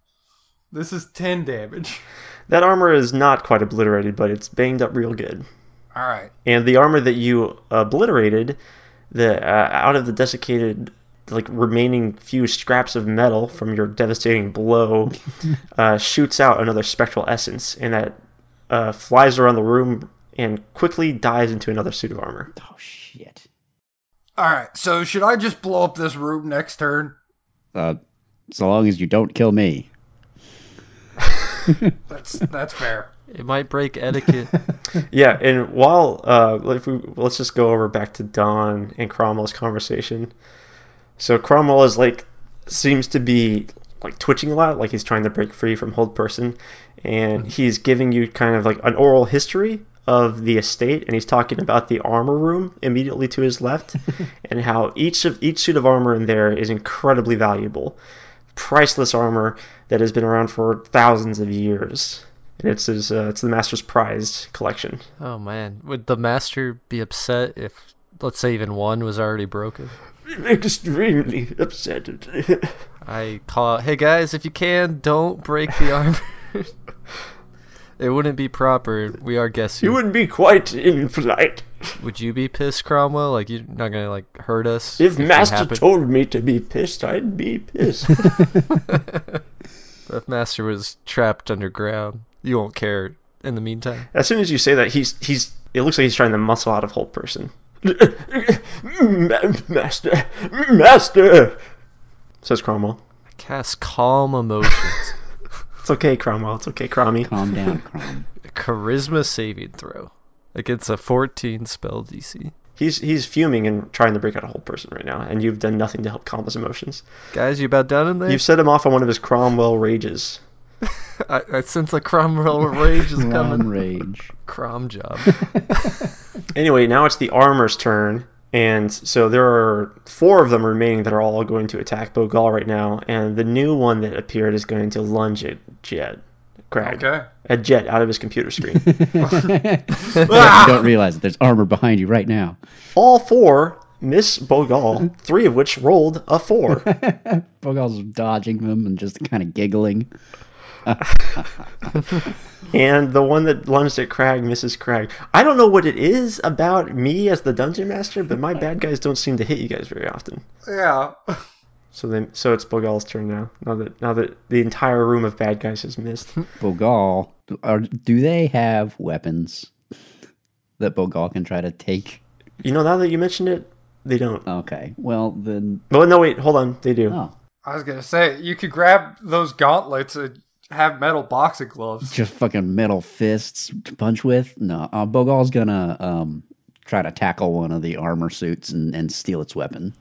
Speaker 4: This is 10 damage. [laughs]
Speaker 3: That armor is not quite obliterated, but it's banged up real good.
Speaker 4: All right.
Speaker 3: and the armor that you obliterated the uh, out of the desiccated like remaining few scraps of metal from your devastating blow uh, shoots out another spectral essence and that uh, flies around the room and quickly dives into another suit of armor
Speaker 6: Oh shit.
Speaker 4: All right. So should I just blow up this room next turn?
Speaker 6: Uh, so long as you don't kill me.
Speaker 4: That's that's fair.
Speaker 5: It might
Speaker 7: [laughs]
Speaker 5: break etiquette.
Speaker 3: yeah and while uh, if we, let's just go over back to don and cromwell's conversation so cromwell is like seems to be like twitching a lot like he's trying to break free from hold person and he's giving you kind of like an oral history of the estate and he's talking about the armor room immediately to his left and how each of each suit of armor in there is incredibly valuable priceless armor that has been around for thousands of years and it's his uh, it's the master's prize collection
Speaker 5: oh man, would the master be upset if, let's say, even one was already broken?
Speaker 3: [laughs]
Speaker 12: Extremely upset.
Speaker 5: I call out, hey guys, if you can, don't break the
Speaker 7: [laughs]
Speaker 5: armor. it wouldn't be proper. We are guests.
Speaker 7: You
Speaker 5: here.
Speaker 7: would be quite impolite
Speaker 5: Would you be pissed, Cromwell? Like you're not gonna like hurt us?
Speaker 7: if
Speaker 5: it
Speaker 7: Master
Speaker 5: happened?
Speaker 7: told me to be pissed. I'd be pissed.
Speaker 5: if Master was trapped underground, you won't care. In the meantime,
Speaker 3: [laughs] As soon as you say that, he's he's. It looks like he's trying to muscle out of whole person.
Speaker 7: Ma- [laughs] master, master.
Speaker 3: Says Cromwell.
Speaker 5: I cast calm [laughs] emotions,
Speaker 3: It's okay, Cromwell. It's okay, Crommy.
Speaker 6: [laughs] Calm down, Crom.
Speaker 5: charisma saving throw against a 14 spell DC.
Speaker 3: He's he's fuming and trying to break out a whole person right now, and you've done nothing to help calm his emotions.
Speaker 5: Guys, you about done in there?
Speaker 3: You've set him off on one of his Cromwell rages.
Speaker 5: I, I sense a [laughs] Cromwell rage is
Speaker 6: Crom
Speaker 5: coming.
Speaker 6: rage.
Speaker 5: Crom job.
Speaker 3: Anyway, now it's the armor's turn, and so there are four of them remaining that are all going to attack Bogal right now, and the new one that appeared is going to lunge at Jet. Crag.
Speaker 4: Okay.
Speaker 3: At Jet out of his computer screen. [laughs]
Speaker 6: Yeah, you don't realize that there's armor behind you right now.
Speaker 3: all four miss Bogal, three of which rolled a four.
Speaker 6: Bogal's dodging them and just kind of giggling.
Speaker 3: And the one that lunged at Crag misses Crag. I don't know what it is about me as the dungeon master, but my bad guys don't seem to hit you guys very often.
Speaker 4: Yeah.
Speaker 3: So then, so it's Bogal's turn now. Now that now that the entire room of bad guys has missed.
Speaker 6: Bogal, are, do they have weapons that Bogal can try to take?
Speaker 3: you know, now that you mentioned it, they don't.
Speaker 6: Okay, well then,
Speaker 3: Well, no, wait, hold on, they do.
Speaker 6: oh,
Speaker 4: I was gonna say you could grab those gauntlets and have metal boxing gloves.
Speaker 6: just fucking metal fists to punch with. No, uh, Bogal's gonna um, try to tackle one of the armor suits and, and steal its weapon.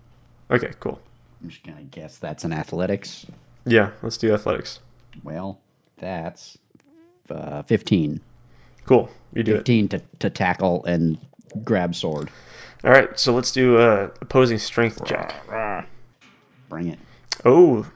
Speaker 3: Okay, cool.
Speaker 6: I'm just gonna guess that's an athletics.
Speaker 3: Yeah, let's do athletics.
Speaker 6: Well, that's uh, 15.
Speaker 3: Cool, you do it.
Speaker 6: 15 to, to tackle and grab sword.
Speaker 3: All right, so let's do uh, opposing strength check.
Speaker 6: Bring it.
Speaker 3: Oh,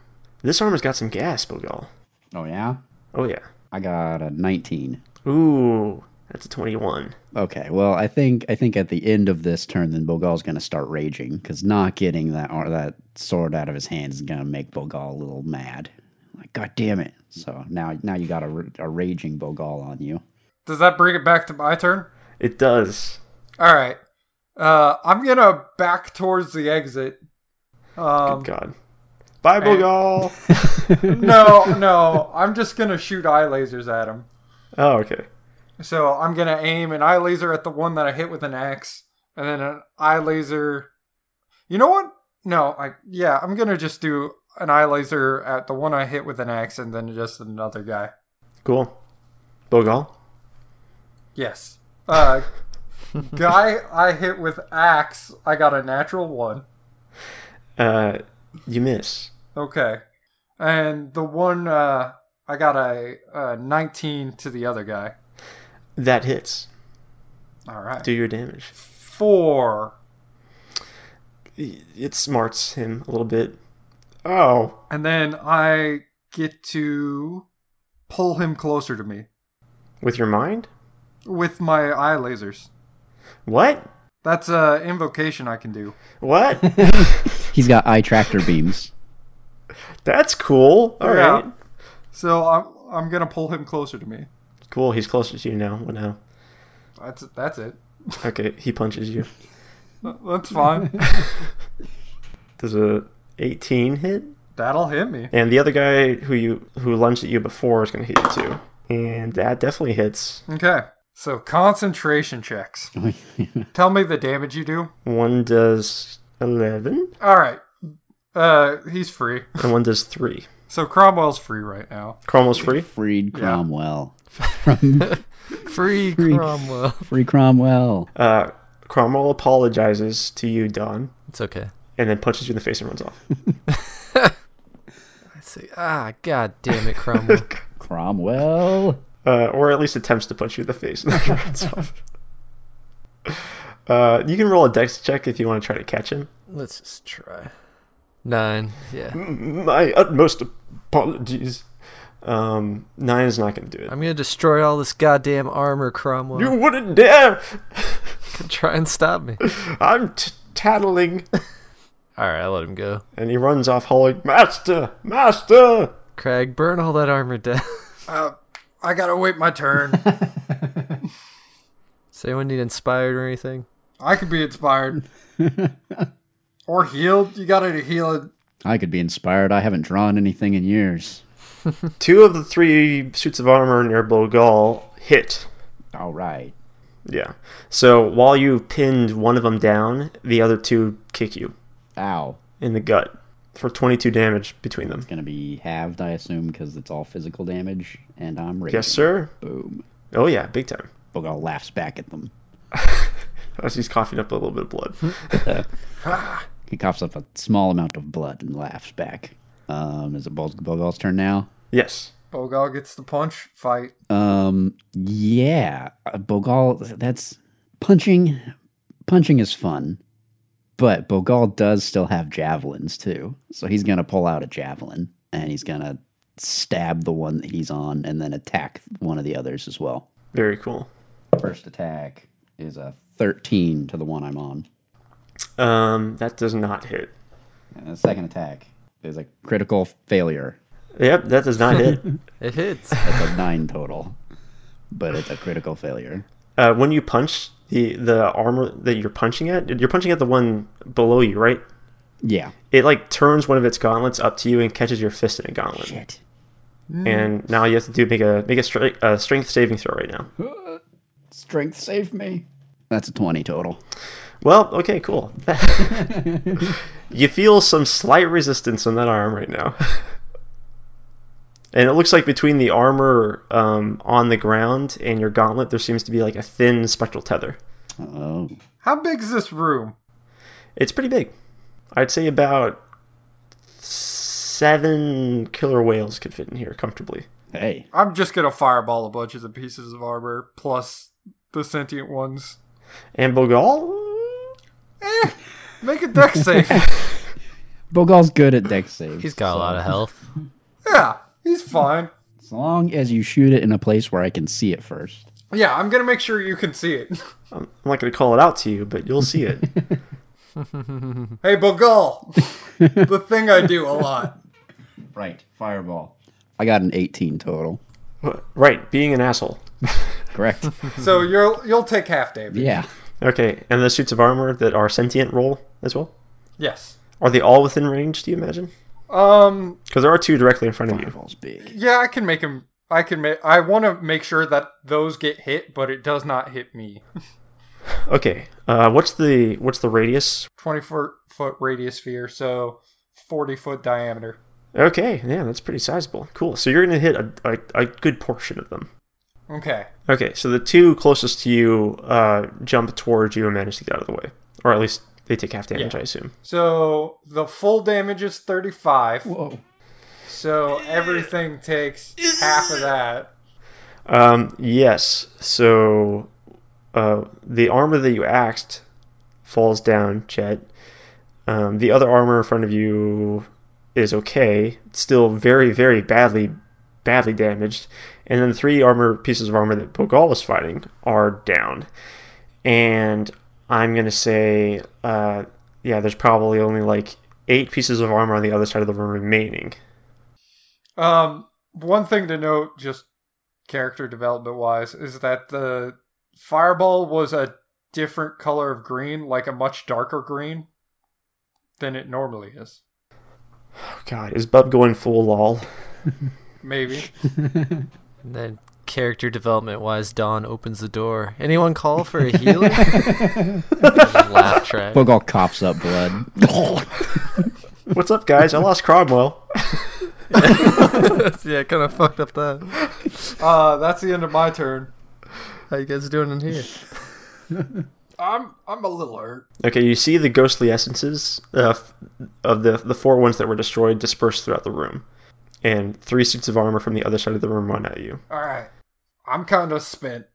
Speaker 3: this armor's got some gas, Bogal.
Speaker 6: Oh, yeah?
Speaker 3: Oh yeah.
Speaker 6: I got a 19.
Speaker 3: Ooh, that's a twenty-one.
Speaker 6: Okay, well, I think I think at the end of this turn, then Bogal's going to start raging because not getting that or that sword out of his hands is going to make Bogal a little mad. Like, god damn it! So now now you got a, r- a raging Bogal on you.
Speaker 4: Does that bring it back to my turn?
Speaker 3: It does.
Speaker 4: All right. Uh, I'm gonna back towards the exit.
Speaker 3: [laughs]
Speaker 4: Um,
Speaker 3: God. Bye, Bogal.
Speaker 4: no, no. I'm just gonna shoot eye lasers at him.
Speaker 3: oh, okay.
Speaker 4: So I'm gonna aim an eye laser at the one that I hit with an axe, and then an eye laser. You know what? No, I yeah. I'm gonna just do an eye laser at the one I hit with an axe, and then just another guy.
Speaker 3: Cool. Bogal.
Speaker 4: Yes. Uh, guy I hit with axe. I got a natural one.
Speaker 3: Uh, you miss.
Speaker 4: Okay. And the one uh, I got a, a 19 to the other guy.
Speaker 3: That hits.
Speaker 4: All right.
Speaker 3: Do your damage.
Speaker 4: Four.
Speaker 3: It smarts him a little bit. Oh.
Speaker 4: And then I get to pull him closer to me
Speaker 3: With your mind?
Speaker 4: with my eye lasers.
Speaker 3: What?
Speaker 4: That's a invocation I can do.
Speaker 3: What? [laughs]
Speaker 6: He's got eye tractor beams.
Speaker 3: That's cool. All right.
Speaker 4: Yeah. So I'm I'm gonna pull him closer to me.
Speaker 3: Cool. He's closer to you now. What now?
Speaker 4: That's that's it.
Speaker 3: Okay. He punches you.
Speaker 4: That's fine.
Speaker 3: Does a 18 hit?
Speaker 4: That'll hit me.
Speaker 3: And the other guy who you who lunged at you before is going to hit you too. And that definitely hits.
Speaker 4: Okay. So concentration checks. Tell me the damage you do.
Speaker 3: One does 11
Speaker 4: All right. Uh, he's free.
Speaker 3: and one does 3.
Speaker 4: So Cromwell's free right now.
Speaker 3: Cromwell's free.
Speaker 6: Freed Cromwell.
Speaker 5: [laughs] Free Cromwell.
Speaker 6: Free Cromwell.
Speaker 3: Uh, Cromwell apologizes to you, Don,
Speaker 5: It's okay.
Speaker 3: and then punches you in the face and runs off.
Speaker 5: I say, ah, god damn it, [laughs] Cromwell.
Speaker 6: Cromwell.
Speaker 3: Uh, or at least attempts to punch you in the face and then [laughs] runs off. Uh, you can roll a dex check if you want to try to catch him.
Speaker 5: Let's just try. Nine. Yeah.
Speaker 3: My utmost apologies. Um, nine is not going to do it.
Speaker 5: I'm gonna destroy all this goddamn armor, Cromwell. [laughs]
Speaker 3: You wouldn't dare!
Speaker 5: Try and stop me.
Speaker 3: I'm t- tattling.
Speaker 5: All right, I let him go.
Speaker 3: and he runs off hollering, Master! Master!
Speaker 5: Crag, burn all that armor down.
Speaker 4: Uh, I gotta wait my turn.
Speaker 5: Does anyone need inspired or anything?
Speaker 4: I could be inspired. or healed. You got any healing?
Speaker 6: I could be inspired. I haven't drawn anything in years.
Speaker 3: Two of the three suits of armor near Bogal hit.
Speaker 6: All right.
Speaker 3: Yeah. So while you pinned one of them down, the other two kick you
Speaker 6: Ow.
Speaker 3: in the gut for 22 damage between them.
Speaker 6: Gonna be halved, I assume, because it's all physical damage, and I'm raging.
Speaker 3: Yes, sir.
Speaker 6: Boom.
Speaker 3: Oh, yeah, big time.
Speaker 6: Bogal laughs back at them.
Speaker 3: As he's coughing up a little bit of blood.
Speaker 6: He coughs up a small amount of blood and laughs back. Um, is it Bog- Bogal's turn now?
Speaker 3: yes.
Speaker 4: Bogal gets the punch. Fight.
Speaker 6: Um, yeah, uh, Bogal. That's punching. Punching is fun, but Bogal does still have javelins too. So he's gonna pull out a javelin and he's gonna stab the one that he's on, and then attack one of the others as well.
Speaker 3: Very cool.
Speaker 6: First attack is a thirteen to the one I'm on,
Speaker 3: Um, that does not hit.
Speaker 6: and the second attack is a critical failure.
Speaker 3: Yep, that does not hit.
Speaker 5: It [laughs] hits.
Speaker 6: That's a nine total, but it's a critical failure.
Speaker 3: uh, when you punch the the armor that you're punching at, you're punching at the one below you, right?
Speaker 6: Yeah.
Speaker 3: It like turns one of its gauntlets up to you and catches your fist in a gauntlet.
Speaker 6: Shit.
Speaker 3: And now you have to do make a make a, stri- a strength saving throw right now.
Speaker 6: Strength save me. That's a twenty total.
Speaker 3: Well, okay, cool. [laughs] you feel some slight resistance on that arm right now. [laughs] And it looks like between the armor um, on the ground and your gauntlet, there seems to be like a thin spectral tether.
Speaker 6: Oh,
Speaker 4: How big is this room?
Speaker 3: It's pretty big. I'd say about seven killer whales could fit in here comfortably.
Speaker 6: hey.
Speaker 4: I'm just gonna fireball a bunch of the pieces of armor plus the sentient ones. Eh,
Speaker 3: And Bogal,
Speaker 4: Make a deck save.
Speaker 6: Bogal's good at deck saves.
Speaker 5: He's got a lot of health.
Speaker 4: yeah, he's fine.
Speaker 6: As long as you shoot it in a place where I can see it first.
Speaker 4: Yeah, I'm gonna make sure you can see it.
Speaker 3: I'm I'm not going to call it out to you, but you'll see it.
Speaker 4: Hey, Bogal. the thing I do a lot.
Speaker 6: Right. Fireball. I got an 18 total.
Speaker 3: right, being an asshole.
Speaker 6: Correct.
Speaker 4: So you'll you'll take half damage.
Speaker 6: [laughs] yeah.
Speaker 3: Okay, and the suits of armor that are sentient roll as well?
Speaker 4: Yes.
Speaker 3: Are they all within range, do you imagine?
Speaker 4: Um.
Speaker 3: Because there are two directly in front of you.
Speaker 6: Fireball's big.
Speaker 4: Yeah, I can make him. I can make. I want to make sure that those get hit, but it does not hit me.
Speaker 3: Okay, uh, what's the what's the radius?
Speaker 4: Twenty foot foot radius sphere, so forty foot diameter.
Speaker 3: Okay, yeah, that's pretty sizable. Cool. So you're going to hit a, a, a good portion of them.
Speaker 4: Okay.
Speaker 3: Okay, so the two closest to you uh, jump towards you and manage to get out of the way, or at least they take half damage,
Speaker 4: Yeah.
Speaker 3: I assume.
Speaker 4: So the full damage is thirty five.
Speaker 6: Whoa.
Speaker 4: So everything takes half of that.
Speaker 3: Um, yes. So uh, the armor that you axed falls down, Chet. Um, the other armor in front of you is okay, It's still very, very badly, badly damaged. And then the three armor pieces of armor that Bogal was fighting are down. And I'm gonna say, uh, yeah, there's probably only like eight pieces of armor on the other side of the room remaining.
Speaker 4: Um, one thing to note, just character development wise, is that the fireball was a different color of green, like a much darker green than it normally is.
Speaker 3: Oh, God, is Bub going full lol? [laughs]
Speaker 4: Maybe.
Speaker 5: And then character development wise, Dawn opens the door. Anyone call [laughs] for a healer? Laugh track.
Speaker 6: Bogal coughs up [laughs] blood.
Speaker 3: What's up, guys? I lost Cromwell.
Speaker 5: [laughs] yeah, kind of fucked up that.
Speaker 4: Uh, that's the end of my turn.
Speaker 5: How you guys doing in here?
Speaker 4: I'm I'm a little hurt.
Speaker 3: Okay, you see the ghostly essences uh, f- of the the four ones that were destroyed dispersed throughout the room, and three suits of armor from the other side of the room run at you.
Speaker 4: All right, I'm kind of spent.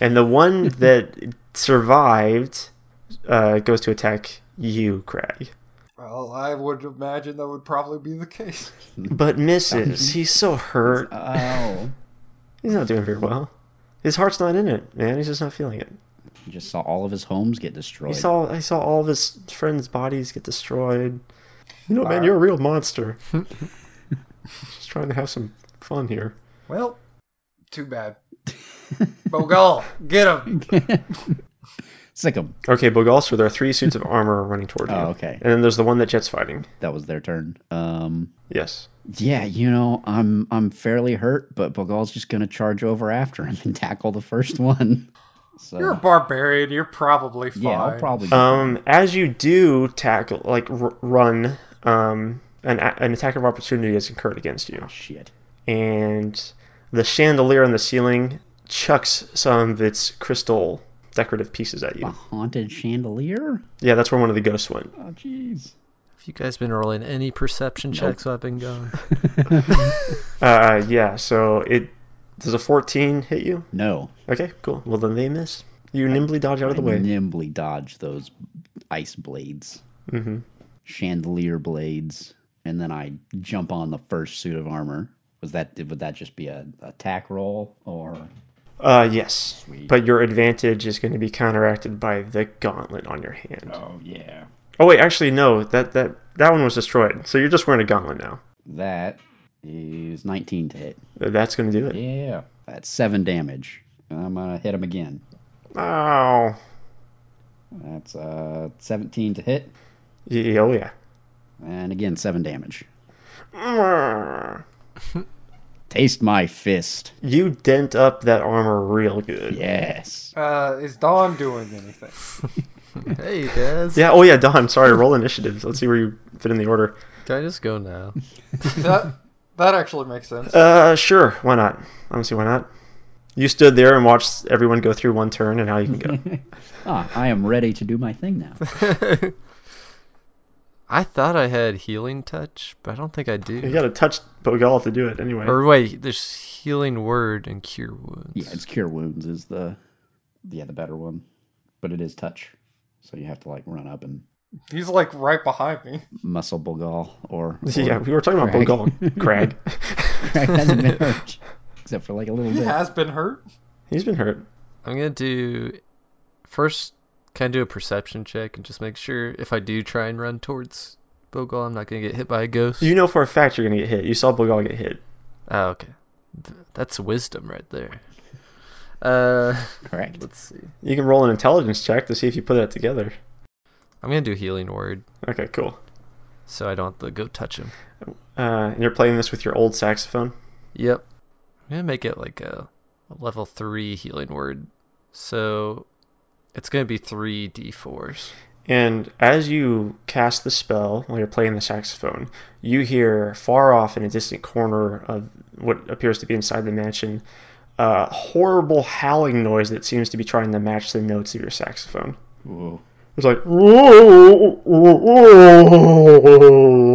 Speaker 3: And the one that survived uh, goes to attack you, Crag,
Speaker 4: Well, I would imagine that would probably be the case.
Speaker 3: but misses. He's so hurt.
Speaker 6: Oh.
Speaker 3: He's not doing very well. His heart's not in it, man. He's just not feeling it.
Speaker 6: He just saw all of his homes get destroyed.
Speaker 3: He saw I saw all of his friends' bodies get destroyed. You know, man, you're a real monster. Just trying to have some fun here.
Speaker 4: Well, too
Speaker 6: [laughs]
Speaker 4: bad. Bogal, get him.
Speaker 6: Sick 'em.
Speaker 3: Okay, Bogal, so there are three suits of armor are running toward you.
Speaker 6: [laughs] Oh, okay.
Speaker 3: And then there's the one that Jet's fighting.
Speaker 6: That was their turn. Um,
Speaker 3: Yes.
Speaker 6: yeah, you know, I'm I'm fairly hurt, but Bogal's just gonna charge over after him and tackle the first one. So
Speaker 4: You're a barbarian. You're probably fine.
Speaker 6: yeah, I'll probably.
Speaker 3: Um, as you do tackle, like r- run, um, an, a- an attack of opportunity is incurred against you,
Speaker 6: shit.
Speaker 3: and the chandelier on the ceiling chucks some of its crystal decorative pieces at you.
Speaker 6: A haunted chandelier.
Speaker 3: Yeah, that's where one of the ghosts went.
Speaker 6: Oh, jeez.
Speaker 5: Have you guys been rolling any perception checks while I've been gone?
Speaker 3: Uh, yeah. So it does a 14 hit you?
Speaker 6: No,
Speaker 3: Okay, cool. Well, then they miss. You nimbly dodge out of the way.
Speaker 6: nimbly dodge those ice blades, mm-hmm. chandelier blades, and then I jump on the first suit of armor. Was that would that just be a attack roll or?
Speaker 3: Uh, yes. But your advantage is going to be counteracted by the gauntlet on your hand.
Speaker 6: Oh yeah.
Speaker 3: Oh wait, actually no. That that that one was destroyed. So you're just wearing a gauntlet now.
Speaker 6: That is 19 to hit.
Speaker 3: That's going to do it.
Speaker 6: Yeah. That's seven damage. And I'm gonna hit him again.
Speaker 3: Ow.
Speaker 6: That's uh 17 to hit,
Speaker 3: Yeah, oh yeah.
Speaker 6: and again seven damage.
Speaker 3: Mwah.
Speaker 6: Taste my fist.
Speaker 3: You dent up that armor real good.
Speaker 6: Yes.
Speaker 4: Uh, is Dawn doing anything?
Speaker 5: [laughs] hey, Dez.
Speaker 3: Yeah, oh yeah, Don, sorry, roll initiatives. Let's see where you fit in the order.
Speaker 5: Can I just go now?
Speaker 4: that that actually makes sense.
Speaker 3: Uh, sure, why not? Honestly, why not? You stood there and watched everyone go through one turn and how you can go.
Speaker 6: [laughs] Ah, I am ready to do my thing now.
Speaker 5: I thought I had healing touch, but I don't think I do.
Speaker 3: you gotta touch Bogal to do it anyway.
Speaker 5: Or wait, there's healing word and cure wounds.
Speaker 6: Yeah, it's cure wounds is the yeah, the better one. But it is touch. So you have to like run up and
Speaker 4: He's like right behind me.
Speaker 6: muscle Bulgal or, or
Speaker 3: [laughs] [laughs]
Speaker 6: [laughs]
Speaker 3: Yeah, we were talking about
Speaker 6: Crag.
Speaker 3: Bogal.
Speaker 6: [laughs]
Speaker 3: Crag.
Speaker 6: hasn't been hurt. Except for like a little
Speaker 4: He
Speaker 6: bit.
Speaker 4: has been hurt.
Speaker 3: He's been hurt.
Speaker 5: I'm gonna do first. Can I do a perception check and just make sure if I do try and run towards Bogal, I'm not gonna get hit by a ghost?
Speaker 3: You know for a fact you're gonna get hit. You saw Bogal get hit.
Speaker 5: Oh, okay. Th- That's wisdom right there. Uh,
Speaker 6: Correct.
Speaker 5: let's see.
Speaker 3: You can roll an intelligence check to see if you put that together.
Speaker 5: I'm gonna do healing word,
Speaker 3: Okay, cool.
Speaker 5: so I don't have to go touch him.
Speaker 3: Uh, and you're playing this with your old saxophone.
Speaker 5: Yep. I'm gonna make it like a, a level three healing word. So it's gonna be three D fours.
Speaker 3: And as you cast the spell while you're playing the saxophone, you hear far off in a distant corner of what appears to be inside the mansion a horrible howling noise that seems to be trying to match the notes of your saxophone.
Speaker 6: Whoa.
Speaker 3: It's like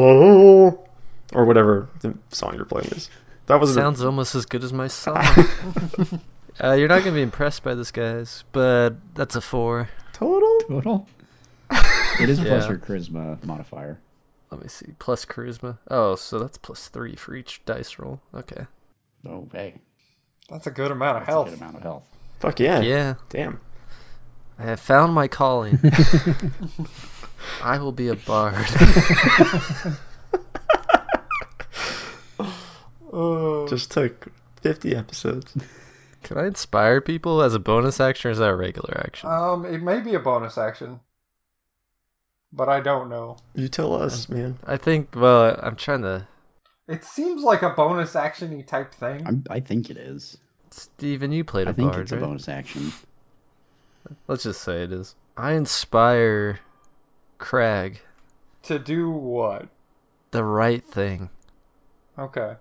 Speaker 3: or whatever the song you're playing is. That was
Speaker 5: Sounds almost as good as my
Speaker 6: [laughs]
Speaker 5: song. [laughs] uh, you're not gonna be impressed by this, guys, but that's a four.
Speaker 3: total.
Speaker 6: Total. it is plus
Speaker 5: Yeah.
Speaker 6: your charisma modifier.
Speaker 5: Let me see. Plus charisma. Oh, so that's plus three for each dice roll. Okay.
Speaker 6: Oh hey.
Speaker 4: That's a good amount of
Speaker 6: That's a good
Speaker 4: health.
Speaker 6: amount of health.
Speaker 3: Fuck yeah.
Speaker 5: Yeah,
Speaker 3: Damn.
Speaker 5: I have found my
Speaker 6: [laughs]
Speaker 5: calling. I will be a bard.
Speaker 6: [laughs]
Speaker 4: Uh,
Speaker 3: Just took 50 episodes.
Speaker 5: Can I inspire people as a bonus action or is that a regular action?
Speaker 4: Um, it may be a bonus action, but I don't know.
Speaker 3: You tell us, man.
Speaker 5: I think, well, I'm trying to.
Speaker 4: It seems like a bonus actiony type thing.
Speaker 6: I'm, I think it is.
Speaker 5: Steven, you played a
Speaker 6: I think
Speaker 5: bard,
Speaker 6: it's a
Speaker 5: right?
Speaker 6: bonus action.
Speaker 5: Let's just say it is. I inspire Crag
Speaker 4: To do what?
Speaker 5: the right thing.
Speaker 4: Okay.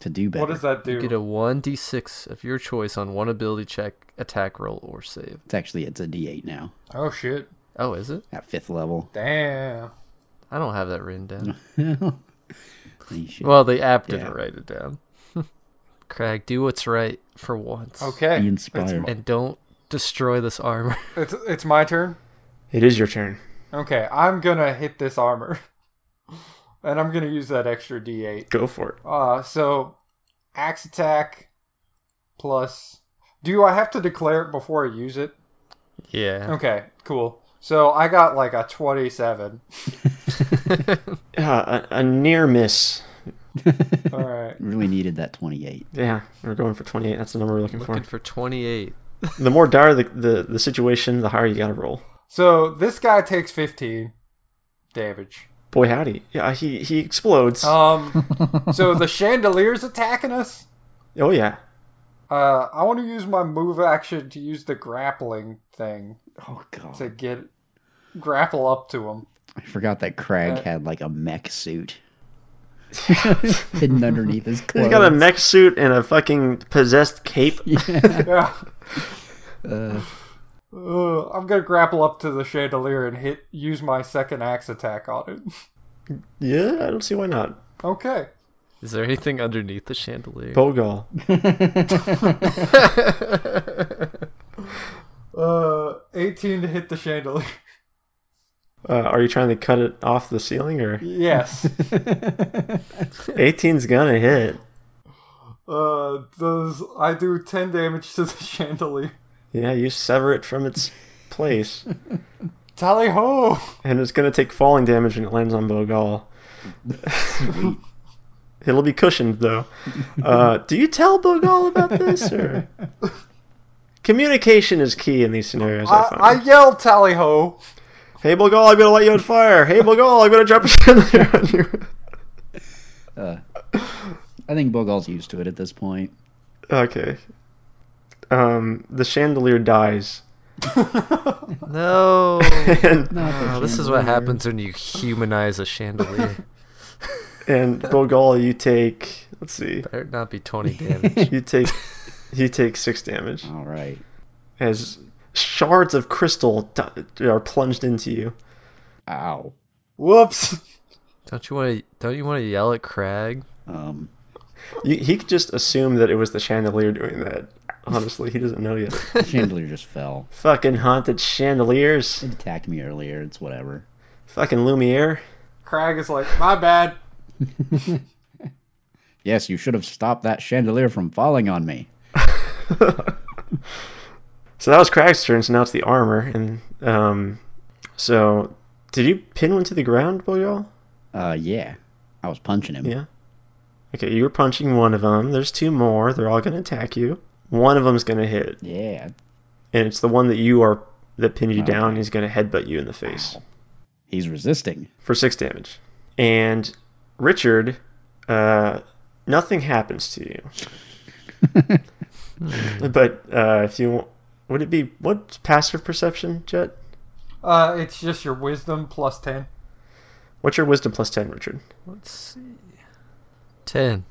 Speaker 6: To do better.
Speaker 4: What does that
Speaker 5: You
Speaker 4: do?
Speaker 5: get a 1d6 of your choice on one ability check, attack roll, or save.
Speaker 6: It's actually it's a D8 now
Speaker 4: oh shit.
Speaker 5: Oh, is it?
Speaker 6: at fifth level. [laughs]
Speaker 4: Damn.
Speaker 5: I don't have that written down.
Speaker 6: Holy shit.
Speaker 5: well, the app didn't
Speaker 6: Yeah.
Speaker 5: write it down. [laughs] Crag, do what's right for once.
Speaker 4: Okay.
Speaker 6: Be
Speaker 4: It's,
Speaker 6: inspired.
Speaker 5: And don't destroy this armor. [laughs]
Speaker 4: it's it's my turn.
Speaker 3: It is your turn.
Speaker 4: Okay, I'm gonna hit this armor. [laughs] And I'm gonna use that extra D8.
Speaker 3: Go for it.
Speaker 4: Uh, so axe attack plus. Do I have to declare it before I use it?
Speaker 5: Yeah.
Speaker 4: Okay, cool. So I got like a 27.
Speaker 3: Uh, a, a near miss.
Speaker 4: All right.
Speaker 6: Really needed that 28.
Speaker 3: Yeah, we're going for 28. That's the number we're looking,
Speaker 5: Looking for 28.
Speaker 3: for. The more dire the, the, the situation, the higher you gotta roll.
Speaker 4: So this guy takes 15 damage.
Speaker 3: Boy, howdy. Yeah, he, he explodes.
Speaker 4: Um, so the chandelier's attacking us.
Speaker 3: oh, yeah.
Speaker 4: Uh, I want to use my move action to use the grappling thing
Speaker 6: Oh, God.
Speaker 4: to get grapple up to him.
Speaker 6: I forgot that Craig had like a mech suit hidden underneath his clothes.
Speaker 3: He's got a mech suit and a fucking possessed cape.
Speaker 6: [laughs]
Speaker 4: Yeah.
Speaker 6: Uh,
Speaker 4: Ugh, I'm gonna grapple up to the chandelier and hit use my second axe attack on it. [laughs]
Speaker 3: Yeah, I don't see why not.
Speaker 4: Okay.
Speaker 5: Is there anything underneath the chandelier?
Speaker 3: Bogal.
Speaker 4: Uh, 18 to hit the chandelier. [laughs]
Speaker 3: Uh, are you trying to cut it off the ceiling or?
Speaker 4: yes.
Speaker 3: 18's gonna hit.
Speaker 4: Uh, does I do 10 damage to the [laughs] chandelier?
Speaker 3: Yeah, you sever it from its place,
Speaker 4: Tally ho!
Speaker 3: and it's gonna take falling damage when it lands on Bogal. It'll be cushioned though. Uh, do you tell Bogal about this or? Communication is key in these scenarios. I,
Speaker 4: I,
Speaker 3: find.
Speaker 4: I yell tally ho.
Speaker 3: hey Bogal, I'm gonna light you on fire. Hey Bogal, I'm gonna drop a chandelier on you. [laughs]
Speaker 6: I think Bogal's used to it at this point.
Speaker 3: Okay. Um, the chandelier dies.
Speaker 5: No.
Speaker 3: and
Speaker 5: Oh, this is what happens when you humanize a chandelier.
Speaker 3: and Bogal, you take. Let's see.
Speaker 5: Better not be 20 damage.
Speaker 3: You take. You take six damage
Speaker 6: All right.
Speaker 3: as shards of crystal d- are plunged into you.
Speaker 6: Ow.
Speaker 4: Whoops. [laughs]
Speaker 5: Don't you want to? Don't you want to yell at Crag?
Speaker 6: Um,
Speaker 3: you. He could just assume that it was the chandelier doing that. Honestly, he doesn't know yet.
Speaker 6: the chandelier just fell.
Speaker 3: Fucking haunted chandeliers.
Speaker 6: It attacked me earlier. It's whatever.
Speaker 3: Fucking Lumiere.
Speaker 4: Crag is like, my bad.
Speaker 6: Yes, you should have stopped that chandelier from falling on me.
Speaker 3: So that was Crag's turn. So now it's the armor. And um, so did you pin one to the ground, Bogal?
Speaker 6: Uh, yeah. I was punching him.
Speaker 3: Yeah. Okay, you were punching one of them. There's two more. They're all going to attack you. One of them's going to hit,
Speaker 6: Yeah.
Speaker 3: and it's the one that you are that pinned you down. He's going to headbutt you in the face
Speaker 6: He's resisting.
Speaker 3: for six damage. And Richard, uh, nothing happens to you. but uh, if you would it be what passive perception, Jet?
Speaker 4: Uh, it's just your wisdom plus 10.
Speaker 3: What's your wisdom plus ten, Richard?
Speaker 5: Let's see. 10.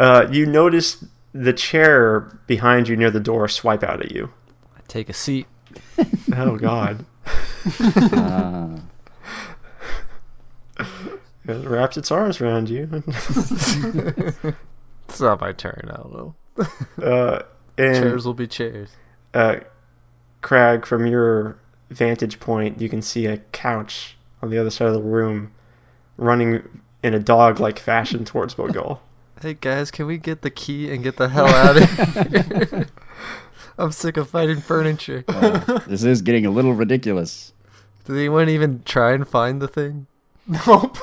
Speaker 3: Uh, you notice the chair behind you near the door swipe out at you.
Speaker 5: I take a seat.
Speaker 3: Oh God. [laughs]
Speaker 6: Uh,
Speaker 3: It wraps its arms around you, [laughs]
Speaker 5: It's not my turn. I don't know.
Speaker 3: uh, and
Speaker 5: Chairs will be chairs.
Speaker 3: uh, Crag, from your vantage point, you can see a couch on the other side of the room, running in a dog-like fashion towards Bogal.
Speaker 5: Hey guys, can we get the key and get the hell out of here? [laughs] I'm sick of fighting furniture.
Speaker 6: This is getting a little ridiculous.
Speaker 5: Did anyone even try and find the thing?
Speaker 4: Nope.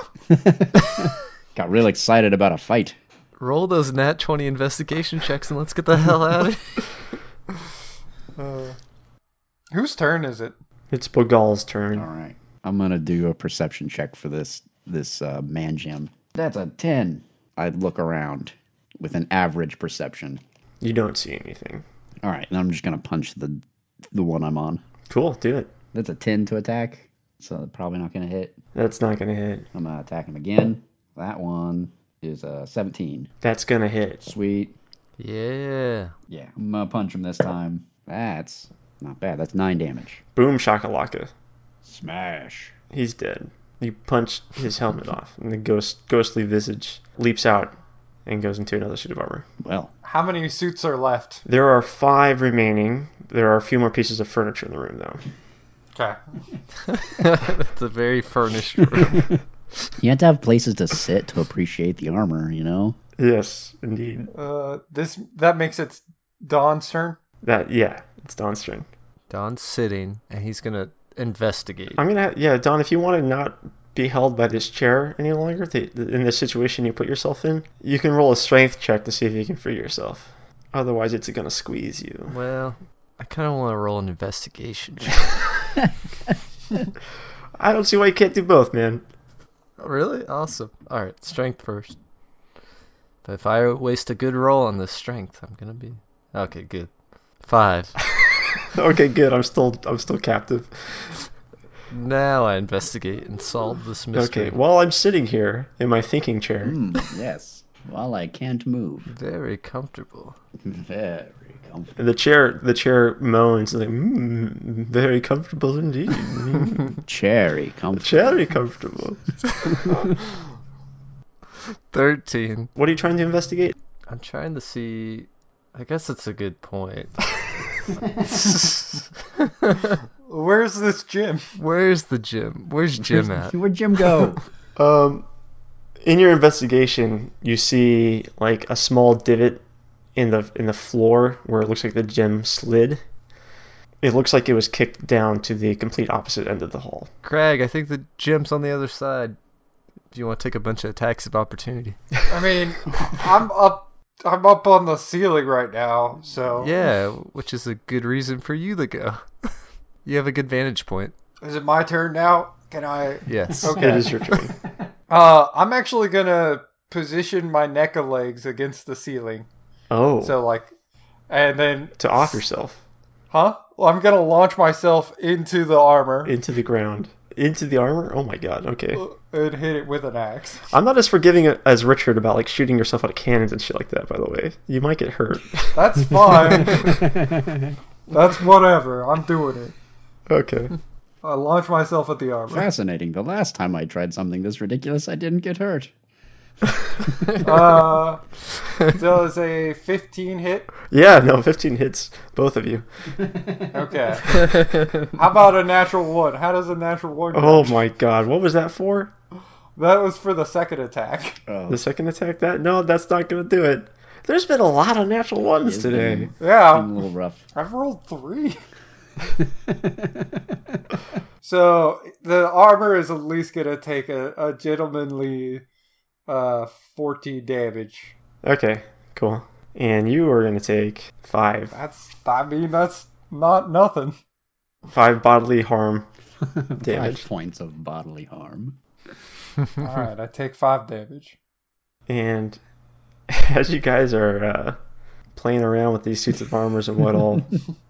Speaker 6: Got real excited about a fight.
Speaker 5: Roll those nat 20 investigation checks and let's get the hell out of here.
Speaker 4: Whose turn is it?
Speaker 3: It's Bogal's
Speaker 6: All
Speaker 3: turn.
Speaker 6: right. I'm gonna do a perception check for this this uh, man jam. That's a ten. I look around with an average perception.
Speaker 3: You don't see anything.
Speaker 6: All right, and I'm just gonna punch the the one I'm on.
Speaker 3: Cool, do it.
Speaker 6: That's a ten to attack, so probably not gonna hit.
Speaker 3: That's not gonna hit.
Speaker 6: I'm gonna attack him again. That one is a seventeen.
Speaker 3: That's gonna hit.
Speaker 6: Sweet.
Speaker 5: [laughs] Yeah.
Speaker 6: Yeah, I'm gonna punch him this time. That's not bad. That's nine damage.
Speaker 3: Boom shakalaka.
Speaker 6: Smash.
Speaker 3: He's dead. You punch his helmet off, and the ghost ghostly visage leaps out and goes into another suit of armor.
Speaker 6: Well,
Speaker 4: How many suits are left?
Speaker 3: There are five remaining. There are a few more pieces of furniture in the room, though.
Speaker 4: Okay.
Speaker 5: That's a very furnished [laughs] room.
Speaker 6: you have to have places to sit to appreciate the armor, you know.
Speaker 3: Yes, indeed.
Speaker 4: Uh, this that makes it Dawn's turn.
Speaker 3: That yeah, it's Don's turn.
Speaker 5: Don's sitting, and he's gonna investigate.
Speaker 3: I'm gonna yeah, Don. If you want to not be held by this chair any longer the, the- in the situation you put yourself in, you can roll a strength check to see if you can free yourself. Otherwise, it's gonna squeeze you.
Speaker 5: Well, I kind of want to roll an investigation.
Speaker 3: I don't see why you can't do both, man. [laughs]
Speaker 5: Oh, really? Awesome. All right, strength first. But if I waste a good roll on this strength, I'm gonna be okay. Good. Five.
Speaker 3: Okay, good. I'm still I'm still captive.
Speaker 5: now I investigate and solve this mystery.
Speaker 3: Okay, while I'm sitting here in my thinking chair,
Speaker 6: Hmm, yes. While I can't move.
Speaker 5: Very comfortable.
Speaker 6: Very comfortable.
Speaker 3: the chair the chair moans like, mm, very comfortable indeed,
Speaker 6: Cherry comfortable.
Speaker 3: very comfortable.
Speaker 5: Thirteen.
Speaker 3: What are you trying to investigate?
Speaker 5: I'm trying to see. I guess it's a good point.
Speaker 4: Where's this gym?
Speaker 5: Where's the gym? Where's Jim at?
Speaker 6: [laughs] Where'd Jim go?
Speaker 3: Um, in your investigation, you see like a small divot in the in the floor where it looks like the gym slid. It looks like it was kicked down to the complete opposite end of the hall.
Speaker 5: Craig, I think the gym's on the other side. Do you want to take a bunch of attacks of opportunity?
Speaker 4: I mean, I'm up. I'm up on the ceiling right now, so
Speaker 5: Yeah, which is a good reason for you to go. [laughs] you have a good vantage point.
Speaker 4: is it my turn now? Can I?
Speaker 5: Yes.
Speaker 4: Okay.
Speaker 3: It is your turn.
Speaker 4: Uh, I'm actually gonna position my neck and legs against the ceiling,
Speaker 3: Oh,
Speaker 4: so like, and then
Speaker 3: to off yourself
Speaker 4: huh? Well, I'm gonna launch myself into the armor
Speaker 3: into the ground, into the armor. Oh my god. Okay.
Speaker 4: and hit it with an axe.
Speaker 3: I'm not as forgiving as Richard about like shooting yourself out of cannons and shit like that. By the way, you might get hurt. [laughs]
Speaker 4: [laughs] That's fine. That's whatever. I'm doing it.
Speaker 3: okay.
Speaker 4: I launch myself at the armor.
Speaker 6: Fascinating. The last time I tried something this ridiculous, I didn't get hurt.
Speaker 4: Uh, does a 15 hit?
Speaker 3: Yeah. No. 15 hits, both of you.
Speaker 4: Okay. How about a natural one? How does a natural one? do?
Speaker 3: Oh my god. What was that for?
Speaker 4: That was for the second attack.
Speaker 3: The second attack that no, that's not gonna do it. There's been a lot of natural ones today. Ah.
Speaker 6: A
Speaker 4: Yeah,
Speaker 6: little
Speaker 3: [laughs]
Speaker 6: rough.
Speaker 4: I've rolled three. so the armor is at least gonna take a, a gentlemanly uh 14 damage.
Speaker 3: Okay, cool. And you are gonna take five,
Speaker 4: That's I mean that's not nothing.
Speaker 3: five bodily
Speaker 5: [laughs]
Speaker 3: harm
Speaker 6: Five
Speaker 3: damage,
Speaker 6: points of bodily harm.
Speaker 4: All right, I take five damage.
Speaker 3: and [laughs] as you guys are uh, playing around with these suits of armors and what
Speaker 5: [laughs]
Speaker 3: all,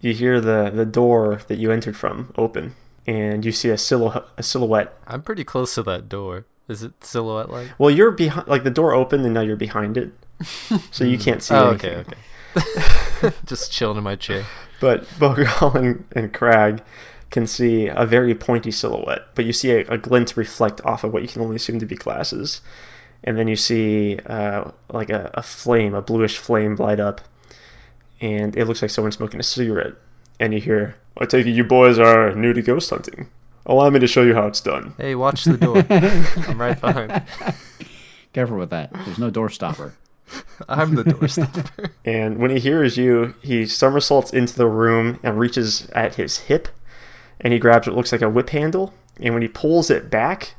Speaker 3: you hear the the door that you entered from open, and you see a silhouette. A silhouette.
Speaker 5: I'm pretty close to that door. Is it silhouette like?
Speaker 3: Well, you're behind, like the door opened, and now you're behind it, so
Speaker 5: [laughs]
Speaker 3: you can't see.
Speaker 5: Oh,
Speaker 3: anything.
Speaker 5: okay, okay. [laughs] Just chilling in my chair.
Speaker 3: But [laughs] Bogal and, and Crag can see a very pointy silhouette, but you see a, a glint reflect off of what you can only assume to be glasses. And then you see uh, like a, a flame, a bluish flame light up, and it looks like someone's smoking a cigarette. And you hear, I take it you boys are new to ghost hunting. Allow me to show you how it's done.
Speaker 5: Hey, watch the [laughs] door. I'm right behind.
Speaker 6: Careful with that. There's no door stopper.
Speaker 5: I'm the door stopper.
Speaker 3: And when he hears you, he somersaults into the room and reaches at his hip, and he grabs what looks like a whip handle. And when he pulls it back,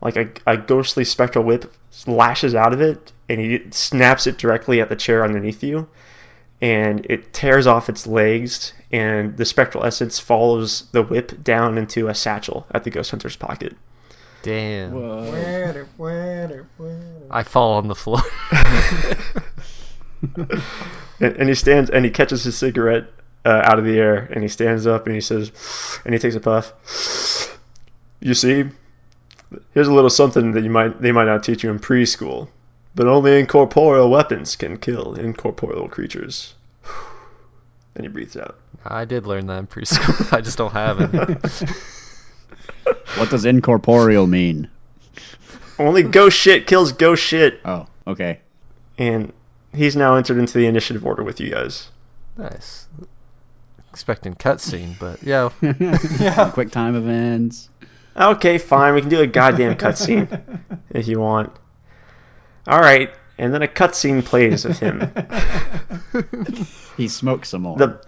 Speaker 3: like a, a ghostly spectral whip lashes out of it, and he snaps it directly at the chair underneath you, and it tears off its legs, and the spectral essence follows the whip down into a satchel at the ghost hunter's pocket.
Speaker 5: [laughs] Damn.
Speaker 4: Winner, winner, winner.
Speaker 5: I fall on the floor. [laughs]
Speaker 3: and, and he stands and he catches his cigarette uh, out of the air and he stands up and he says and he takes a puff you see here's a little something that you might they might not teach you in preschool but only incorporeal weapons can kill incorporeal creatures [sighs] and he breathes out
Speaker 5: I did learn that in preschool. [laughs] I just don't have [laughs] it.
Speaker 6: What does incorporeal mean?
Speaker 3: only ghost shit kills ghost shit
Speaker 6: Oh, okay.
Speaker 3: and he's now entered into the initiative order with you guys
Speaker 5: Nice. Expecting cutscene, but [laughs] yeah,
Speaker 6: Quick time events.
Speaker 3: Okay, fine. We can do a goddamn cutscene if you want. All right. and then a cutscene plays of him.
Speaker 6: He smokes some more.
Speaker 3: the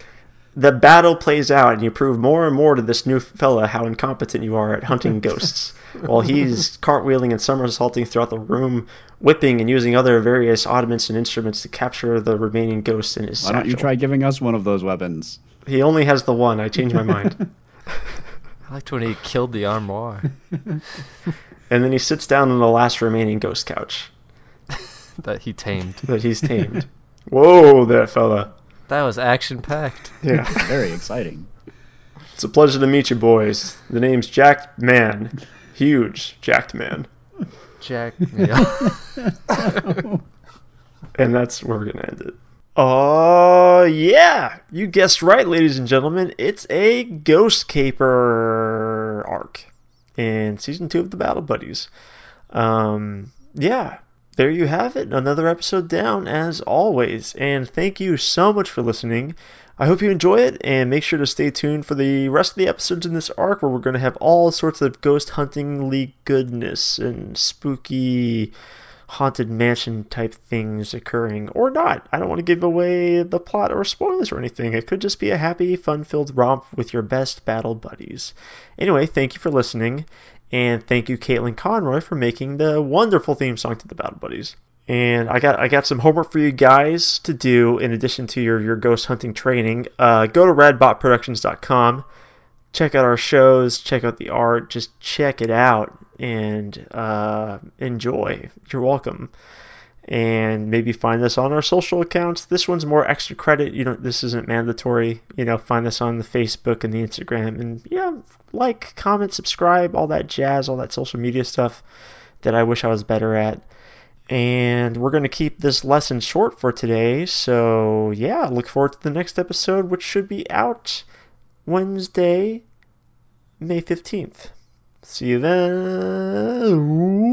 Speaker 3: The battle plays out, and you prove more and more to this new fella how incompetent you are at
Speaker 6: [laughs]
Speaker 3: hunting ghosts. While he's cartwheeling and somersaulting throughout the room, whipping and using other various oddments and instruments to capture the remaining ghosts in his
Speaker 6: Why don't you
Speaker 3: satchel.
Speaker 6: try giving us one of those weapons?
Speaker 3: He only has the one. I changed my
Speaker 6: [laughs]
Speaker 3: mind.
Speaker 5: I liked when he killed the armoire.
Speaker 3: and then he sits down on the last remaining ghost couch
Speaker 5: that he [laughs] tamed.
Speaker 3: that he's
Speaker 6: [laughs]
Speaker 3: tamed. Whoa, there, fella.
Speaker 5: That was action packed.
Speaker 3: Yeah.
Speaker 6: Very exciting.
Speaker 3: It's a pleasure to meet you, boys. The name's Jacked Man. Huge Jacked Man.
Speaker 5: [laughs] Jack me up.
Speaker 3: And that's where we're going to end it. Oh, yeah. You guessed right, ladies and gentlemen. It's a Ghost Caper arc in season two of the Battle Buddies. Um, yeah. There you have it. Another episode down, as always. And thank you so much for listening. I hope you enjoy it, and make sure to stay tuned for the rest of the episodes in this arc where we're going to have all sorts of ghost hunting league goodness and spooky haunted mansion type things occurring or not. I don't want to give away the plot or spoilers or anything. It could just be a happy, fun filled romp with your best battle buddies. Anyway, thank you for listening, and thank you, Caitlin Conroy, for making the wonderful theme song to the Battle Buddies. And I got I got some homework for you guys to do in addition to your, your ghost hunting training. Uh, go to radbotproductions.com check out our shows, check out the art, just check it out and uh, enjoy. You're welcome. And maybe find this on our social accounts. This one's more extra credit. You don't. This isn't mandatory. You know, find this on the Facebook and the Instagram, and yeah, like, comment, subscribe, all that jazz, all that social media stuff that I wish I was better at. And we're going to keep this lesson short for today. So yeah, look forward to the next episode, which should be out Wednesday, May 15th. See you then.